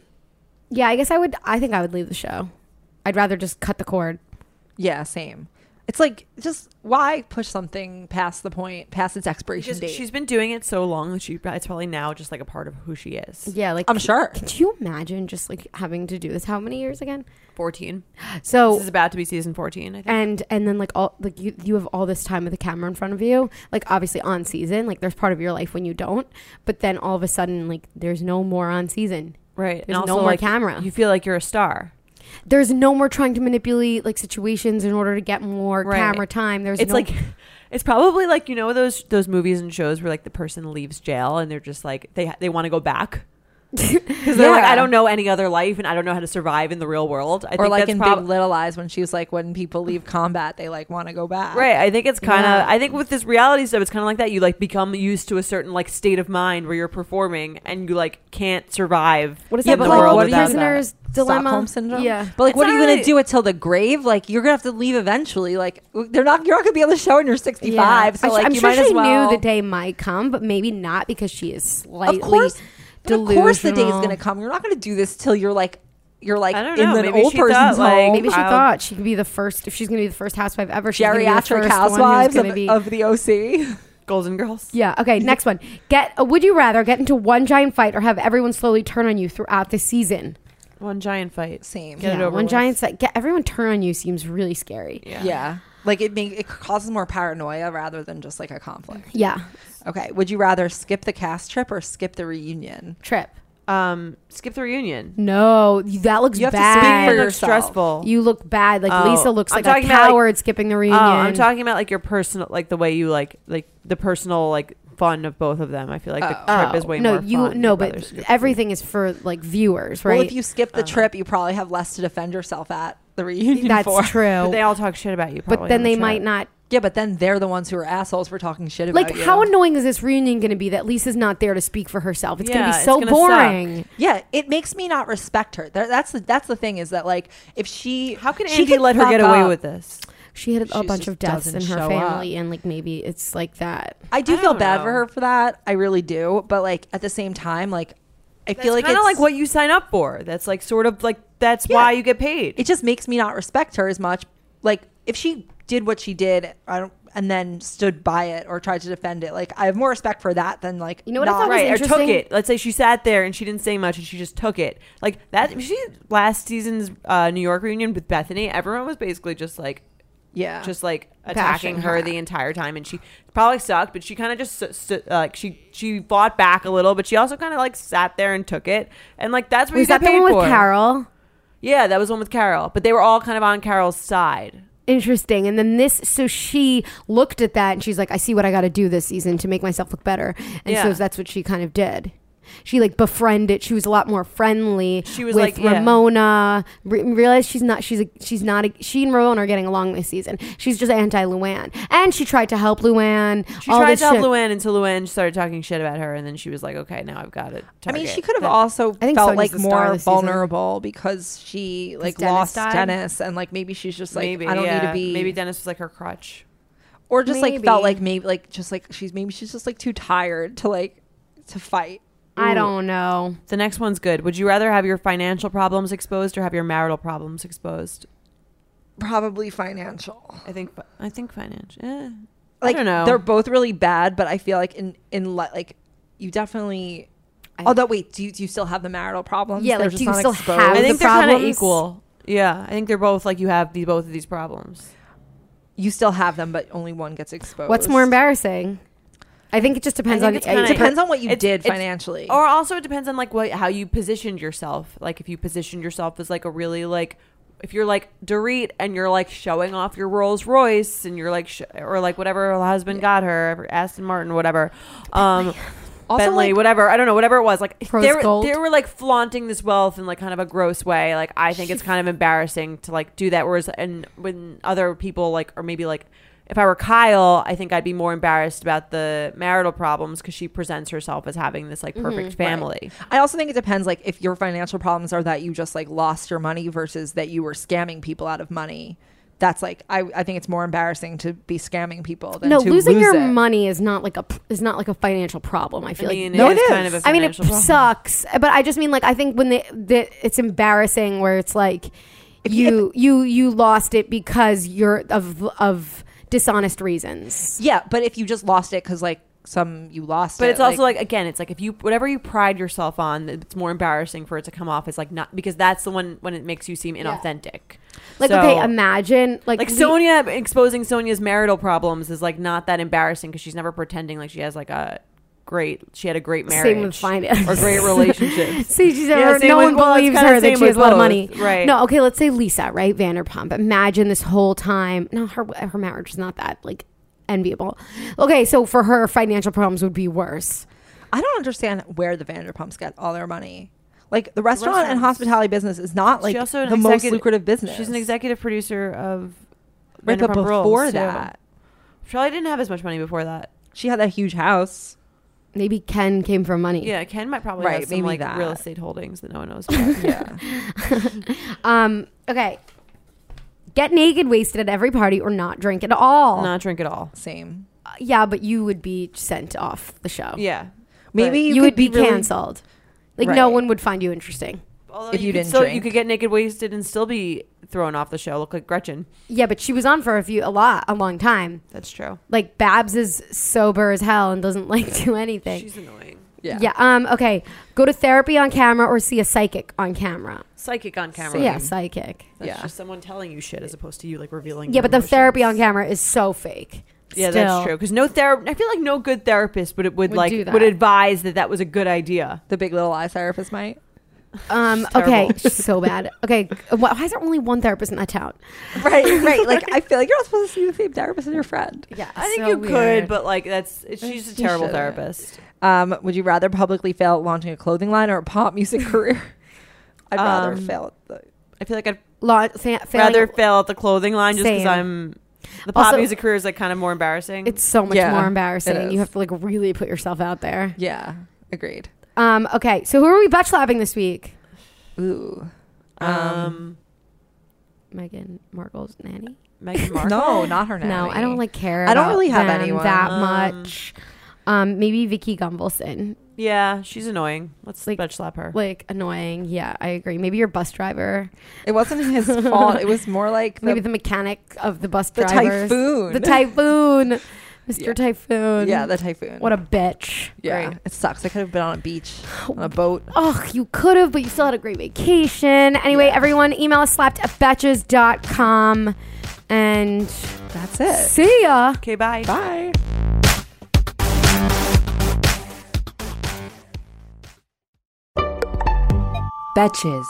Speaker 1: yeah i guess i would i think i would leave the show i'd rather just cut the cord
Speaker 3: Yeah, same. It's like just why push something past the point, past its expiration
Speaker 2: Just-
Speaker 3: date?
Speaker 2: she's been doing it so long that she it's probably now just like a part of who she is.
Speaker 1: yeah like
Speaker 3: I'm sure.
Speaker 1: could you imagine just like having to do this how many years again
Speaker 2: 14.
Speaker 1: so
Speaker 2: This is about to be season 14, I think.
Speaker 1: and and then like all like you you have all this time with the camera in front of you like obviously on season like there's part of your life when you don't but then all of a sudden like there's no more on season
Speaker 2: right. And
Speaker 1: there's
Speaker 2: also
Speaker 1: no more
Speaker 2: like,
Speaker 1: camera.
Speaker 2: You feel like you're a star.
Speaker 1: there's no more trying to manipulate like situations in order to get more
Speaker 2: Right.
Speaker 1: camera time there's
Speaker 2: it's
Speaker 1: no,
Speaker 2: like it's probably like, you know, those those movies and shows where like the person leaves jail and they're just like they they want to go back. Cuz they're like
Speaker 3: Yeah.
Speaker 2: I don't know any other life and I don't know how to survive in the real world. I
Speaker 3: or
Speaker 2: think
Speaker 3: like
Speaker 2: that's
Speaker 3: in
Speaker 2: prob-
Speaker 3: Big Little Lies when she was like, when people leave combat, they like want to go back.
Speaker 2: Right, I think it's kind of.
Speaker 1: Yeah.
Speaker 2: I think with this reality stuff, it's kind of like that. You like become used to a certain like state of mind where you're performing, and you like can't survive.
Speaker 1: what is
Speaker 3: Yeah,
Speaker 1: that
Speaker 2: in the
Speaker 1: called?
Speaker 2: world
Speaker 3: what do you
Speaker 2: without
Speaker 3: do?
Speaker 1: prisoner's dilemma
Speaker 3: Stockholm syndrome.
Speaker 1: yeah
Speaker 3: but like, what
Speaker 2: It's
Speaker 3: are you
Speaker 2: not
Speaker 3: gonna
Speaker 2: really-
Speaker 3: do until the grave? Like, you're gonna have to leave eventually. Like, w- they're not. You're not gonna be on the show when you're 65. So
Speaker 1: I sh-
Speaker 3: like,
Speaker 1: I'm
Speaker 3: you
Speaker 1: sure
Speaker 3: might
Speaker 1: she
Speaker 3: as well.
Speaker 1: knew the day might come, but maybe not because she is slightly
Speaker 3: Of course, but of
Speaker 1: delusional.
Speaker 3: course, the day is gonna come. You're not gonna do this till you're like, you're like
Speaker 2: I don't
Speaker 3: in
Speaker 2: know.
Speaker 3: an
Speaker 2: Maybe
Speaker 3: old
Speaker 2: she thought,
Speaker 3: person's
Speaker 2: like,
Speaker 3: home.
Speaker 1: Maybe she
Speaker 2: I'll-
Speaker 1: thought she could be the first. If she's going to be the first housewife ever, she's gonna be the
Speaker 3: geriatric
Speaker 1: first one who's
Speaker 3: housewives
Speaker 1: gonna
Speaker 3: of,
Speaker 1: be-
Speaker 3: of the OC.
Speaker 2: Golden Girls.
Speaker 1: Yeah. Okay. Next one. Get. Uh, would you rather get into one giant fight or have everyone slowly turn on you throughout the season?
Speaker 2: One giant fight.
Speaker 3: Same.
Speaker 2: Get it
Speaker 1: yeah.
Speaker 2: over
Speaker 1: one
Speaker 2: with.
Speaker 1: giant fight. Get everyone turn on you seems really scary.
Speaker 2: Yeah.
Speaker 3: Yeah. Like it make, it causes more paranoia rather than just like a conflict.
Speaker 1: Yeah.
Speaker 3: Okay, would you rather skip the cast trip or skip the reunion?
Speaker 1: Trip.
Speaker 2: Um, skip the reunion.
Speaker 1: No, that looks
Speaker 3: You have to speak
Speaker 1: bad.
Speaker 3: for
Speaker 2: It
Speaker 3: your-
Speaker 2: looks
Speaker 3: yourself.
Speaker 2: stressful.
Speaker 1: you look bad. Like
Speaker 2: Oh,
Speaker 1: Lisa looks
Speaker 2: I'm
Speaker 1: like a
Speaker 2: talking about, like-
Speaker 1: coward skipping the
Speaker 2: Oh,
Speaker 1: reunion.
Speaker 2: I'm talking about like your personal, like the way you like, like the personal, like fun of both of them. I feel like the
Speaker 1: Oh,
Speaker 2: trip is way
Speaker 1: no,
Speaker 2: more.
Speaker 1: you
Speaker 2: fun.
Speaker 1: no,
Speaker 2: I'd rather
Speaker 1: but
Speaker 2: skip the
Speaker 1: everything is for like viewers, right?
Speaker 3: Well, if you skip
Speaker 2: Uh-huh.
Speaker 3: the trip, you probably have less to defend yourself at the reunion
Speaker 1: That's
Speaker 3: for.
Speaker 1: true.
Speaker 2: reunion. But they all talk shit about you.
Speaker 1: but
Speaker 2: probably
Speaker 1: then
Speaker 2: on the
Speaker 1: they
Speaker 2: trip.
Speaker 1: might not
Speaker 3: Yeah, but then they're the ones who are assholes for talking shit about
Speaker 1: Like,
Speaker 3: you.
Speaker 1: how annoying is this reunion going to be that Lisa's not there to speak for herself? It's
Speaker 2: Yeah,
Speaker 1: going to
Speaker 2: it's
Speaker 1: be so
Speaker 2: gonna
Speaker 1: boring.
Speaker 3: Yeah, it makes me not respect her. That- That's the that's the thing is that like if she
Speaker 2: How can
Speaker 3: she
Speaker 2: Andy let her
Speaker 3: prop
Speaker 2: get away
Speaker 3: up-
Speaker 2: with this?
Speaker 1: She had a
Speaker 3: She
Speaker 1: bunch
Speaker 3: just
Speaker 1: of deaths in
Speaker 3: doesn't
Speaker 1: her
Speaker 3: show
Speaker 1: family, and like maybe it's like that.
Speaker 3: I do
Speaker 2: I
Speaker 3: feel
Speaker 2: don't
Speaker 3: bad for
Speaker 2: know.
Speaker 3: her for that. I really do. But like at the same time, like I
Speaker 2: That's
Speaker 3: feel like
Speaker 2: kind of
Speaker 3: it's-
Speaker 2: like what you sign up for. That's like sort of like that's
Speaker 3: Yeah.
Speaker 2: why you get paid.
Speaker 3: it just makes me not respect her as much. Like if she did what she did, I don't and then stood by it or tried to defend it. Like I have more respect for that than like
Speaker 1: You know what I
Speaker 3: not-
Speaker 1: thought was
Speaker 2: right or took
Speaker 1: interesting-
Speaker 2: it let's say she sat there and she didn't say much and she just took it like that she last season's uh, new york reunion with bethany everyone was basically just like
Speaker 3: yeah.
Speaker 2: just like
Speaker 1: Bashing
Speaker 2: attacking her,
Speaker 1: her.
Speaker 2: the entire time and she probably sucked but she kind of just st- st- like she she fought back a little but she also kind of like sat there and took it and like that's what
Speaker 1: Was
Speaker 2: you get
Speaker 1: that the one
Speaker 2: paid
Speaker 1: with
Speaker 2: for.
Speaker 1: Carol?
Speaker 2: yeah that was one with carol but they were all kind of on carol's side
Speaker 1: Interesting. And then this, so she looked at that and she's like, I see what I got to do this season to make myself look better. And so
Speaker 2: Yeah.
Speaker 1: that's what she kind of did. She like befriended. She was a lot more friendly.
Speaker 2: She was
Speaker 1: with
Speaker 2: like, yeah.
Speaker 1: Ramona. Re- realized she's not. She's a, she's not. A, she and Ramona are getting along this season. She's just anti Luann, and she tried to help Luann.
Speaker 2: she
Speaker 1: all
Speaker 2: tried
Speaker 1: this
Speaker 2: to help
Speaker 1: shit.
Speaker 2: luann until luann started talking shit about her and then she was like okay now i've got it
Speaker 3: I mean, she
Speaker 2: target.
Speaker 3: could have also
Speaker 1: I think
Speaker 3: felt
Speaker 1: Sonya's
Speaker 3: like
Speaker 1: the star of
Speaker 3: more
Speaker 1: the season.
Speaker 3: vulnerable because she like
Speaker 1: Dennis
Speaker 3: lost
Speaker 1: died?
Speaker 3: Dennis and like maybe she's just like
Speaker 2: maybe
Speaker 3: I don't need
Speaker 2: yeah.
Speaker 3: to be
Speaker 2: maybe dennis was like her crutch
Speaker 3: or just like
Speaker 1: Maybe.
Speaker 3: felt like maybe like just like she's maybe she's just like too tired to like to fight.
Speaker 1: I don't know.
Speaker 2: The next one's good. Would you rather have your financial problems exposed or have your marital problems exposed?
Speaker 3: Probably financial.
Speaker 2: I think I think financial. Eh.
Speaker 3: Like
Speaker 2: I don't know.
Speaker 3: they're both really bad, but I feel like in in li- like you definitely. although wait, do you, do you still have the marital problems?
Speaker 1: Yeah,
Speaker 3: They're
Speaker 1: like, do
Speaker 3: just
Speaker 1: you
Speaker 3: not
Speaker 1: still
Speaker 3: exposed?
Speaker 1: have
Speaker 2: I think
Speaker 1: the
Speaker 2: they're kind of
Speaker 1: problems?
Speaker 2: equal. Yeah, I think they're both like you have the, both of these problems.
Speaker 3: you still have them, but only one gets exposed.
Speaker 1: What's more embarrassing? I think it just depends
Speaker 2: I
Speaker 1: on.
Speaker 2: think it's
Speaker 1: it
Speaker 2: kinda-
Speaker 1: depends
Speaker 3: depends on what you
Speaker 2: It's-
Speaker 3: did
Speaker 2: it's-
Speaker 3: financially.
Speaker 2: Or also it depends on like what how you positioned yourself. Like if you positioned yourself as like a really like if you're like Dorit and you're like showing off your Rolls Royce and you're like sh- or like whatever her husband got her Aston Martin whatever. Um
Speaker 3: Also,
Speaker 2: Bentley,
Speaker 3: like-
Speaker 2: whatever. I don't know, whatever it was. Like
Speaker 1: Rose
Speaker 2: they were,
Speaker 1: gold.
Speaker 2: they were like flaunting this wealth in like kind of a gross way. Like I think it's kind of embarrassing to like do that. Whereas and when other people like or maybe like if I were Kyle, I think I'd be more embarrassed about the marital problems because she presents herself as having this like perfect family.
Speaker 3: I also think it depends, like if your financial problems are that you just like lost your money versus that you were scamming people out of money. That's like I, I think it's more embarrassing to be scamming people than
Speaker 1: no,
Speaker 3: to
Speaker 1: losing
Speaker 3: lose
Speaker 1: your
Speaker 3: it.
Speaker 1: money is not like a p- is not like a financial problem. I
Speaker 2: I
Speaker 1: feel
Speaker 2: mean,
Speaker 1: like
Speaker 3: No,
Speaker 2: it
Speaker 3: it
Speaker 2: is
Speaker 3: is.
Speaker 2: kind of a
Speaker 1: I mean, it
Speaker 2: financial problem.
Speaker 1: sucks, but I just mean like I think when the, the it's embarrassing where it's like you you you lost it because you're of of dishonest reasons.
Speaker 3: Yeah, but if you just lost it because like some you lost,
Speaker 2: But
Speaker 3: it,
Speaker 2: it's also like, again, it's like if you whatever you pride yourself on, it's more embarrassing for it to come off as like not because that's the one when it makes you seem inauthentic.
Speaker 1: Like
Speaker 2: So-
Speaker 1: okay, imagine like
Speaker 2: like
Speaker 1: we-
Speaker 2: Sonia exposing Sonia's marital problems is like not that embarrassing because she's never pretending like she has like a great she had a great marriage
Speaker 1: Same with finance
Speaker 2: or great relationships.
Speaker 1: See, she's
Speaker 2: Yeah,
Speaker 1: never,
Speaker 2: same
Speaker 1: no
Speaker 2: with-
Speaker 1: one
Speaker 2: well, it's
Speaker 1: believes
Speaker 2: kinda
Speaker 1: her
Speaker 2: same
Speaker 1: that she has
Speaker 2: with
Speaker 1: a lot of
Speaker 2: both,
Speaker 1: money.
Speaker 2: right.
Speaker 1: No, okay, let's say Lisa, right? Vanderpump. Imagine this whole time. No, her her marriage is not that like enviable. Okay, so for her financial problems would be worse.
Speaker 3: I don't understand where the Vanderpumps get all their money. Like the restaurant and
Speaker 2: Restaurants.
Speaker 3: hospitality business is not like
Speaker 2: she also an
Speaker 3: the most
Speaker 2: executive-
Speaker 3: lucrative business.
Speaker 2: She's an executive producer of
Speaker 3: Right, but
Speaker 2: Vanderpump Rules,
Speaker 3: before
Speaker 2: too.
Speaker 3: that,
Speaker 2: Charlie didn't have as much money before that.
Speaker 3: she had that huge house.
Speaker 1: Maybe Ken came from money.
Speaker 2: Yeah, Ken might probably
Speaker 3: Right,
Speaker 2: have some
Speaker 3: maybe
Speaker 2: like
Speaker 3: that.
Speaker 2: real estate holdings that no one knows. About.
Speaker 3: Yeah,
Speaker 1: Um, okay. Get naked, wasted at every party, or not drink at all.
Speaker 2: Not drink at all.
Speaker 3: same.
Speaker 1: Uh, yeah, but you would be sent off the show.
Speaker 2: Yeah,
Speaker 3: Maybe
Speaker 1: you,
Speaker 3: you,
Speaker 1: would
Speaker 3: could
Speaker 1: be
Speaker 3: really-
Speaker 1: canceled. Like no
Speaker 3: Right.
Speaker 1: one would find you interesting.
Speaker 2: although
Speaker 3: If you
Speaker 2: you, could
Speaker 3: didn't
Speaker 2: still, you
Speaker 3: drink.
Speaker 2: could get naked wasted and still be thrown off the show. Look like Gretchen.
Speaker 1: Yeah, but she was on for a few a lot a long time.
Speaker 2: That's true.
Speaker 1: Like Babs is sober as hell and doesn't like do anything.
Speaker 2: She's annoying.
Speaker 3: Yeah.
Speaker 1: yeah. Um. Okay. Go to therapy on camera or see a psychic on camera.
Speaker 2: Psychic on camera.
Speaker 1: So, yeah, psychic.
Speaker 2: That's
Speaker 3: Yeah.
Speaker 2: just someone telling you shit as opposed to you like revealing.
Speaker 1: Yeah,
Speaker 2: your
Speaker 1: but the
Speaker 2: emotions.
Speaker 1: therapy on camera is so fake.
Speaker 2: Yeah,
Speaker 1: Still.
Speaker 2: that's true. Because no therapist, I feel like no good therapist would would,
Speaker 1: Would
Speaker 2: like
Speaker 1: do that.
Speaker 2: would advise that that was a good idea.
Speaker 3: The Big Little Lies therapist might.
Speaker 1: Um. Okay.
Speaker 2: terrible.
Speaker 1: so bad. Okay. Why why is there only one therapist in that town?
Speaker 3: Right, right. Like I feel like you're not supposed to see the same therapist as your friend.
Speaker 1: Yeah,
Speaker 2: I think
Speaker 1: so
Speaker 2: you
Speaker 1: weird.
Speaker 2: could, but like that's it's, she's a
Speaker 3: She
Speaker 2: terrible
Speaker 3: shouldn't.
Speaker 2: therapist.
Speaker 3: Um, would you rather publicly fail at launching a clothing line or a pop music career? I'd rather
Speaker 2: Um,
Speaker 3: fail. At the,
Speaker 2: I feel like I'd
Speaker 1: La- fa- failing-
Speaker 2: rather fail at the clothing line just because
Speaker 1: Same.
Speaker 2: I'm The pop
Speaker 1: Also-
Speaker 2: music career is like kind of more embarrassing.
Speaker 1: It's so much
Speaker 3: Yeah,
Speaker 1: more
Speaker 3: it
Speaker 1: embarrassing. You
Speaker 3: is.
Speaker 1: have to like really put yourself out there.
Speaker 3: Yeah, agreed.
Speaker 1: Um, okay, so who are we butt slapping this week?
Speaker 3: Ooh.
Speaker 2: um,
Speaker 1: Meghan Markle's nanny.
Speaker 2: Meghan Markle.
Speaker 3: No, not her nanny.
Speaker 1: No, I don't like care.
Speaker 3: I don't
Speaker 1: about
Speaker 3: really have
Speaker 1: them
Speaker 3: anyone.
Speaker 1: that
Speaker 2: Um,
Speaker 1: much. Um, maybe Vicky Gumbelson.
Speaker 2: Yeah, she's annoying. Let's
Speaker 1: Like-
Speaker 2: like, slap her.
Speaker 1: Like annoying. Yeah, I agree. Maybe your bus driver.
Speaker 3: It wasn't his fault. It was more like the,
Speaker 1: Maybe the mechanic of the bus
Speaker 3: the
Speaker 1: drivers.
Speaker 3: typhoon.
Speaker 1: The typhoon. Mr.
Speaker 3: Yeah.
Speaker 1: Typhoon.
Speaker 3: Yeah, the typhoon.
Speaker 1: What a bitch.
Speaker 3: yeah.
Speaker 2: Great.
Speaker 3: It sucks. I could have been on a beach, on a boat.
Speaker 1: Oh, you could have, but you still had a great vacation. Anyway, everyone, email us slapped at betches.com and
Speaker 3: That's it.
Speaker 1: see ya.
Speaker 2: Okay, bye.
Speaker 3: Bye.
Speaker 6: Betches.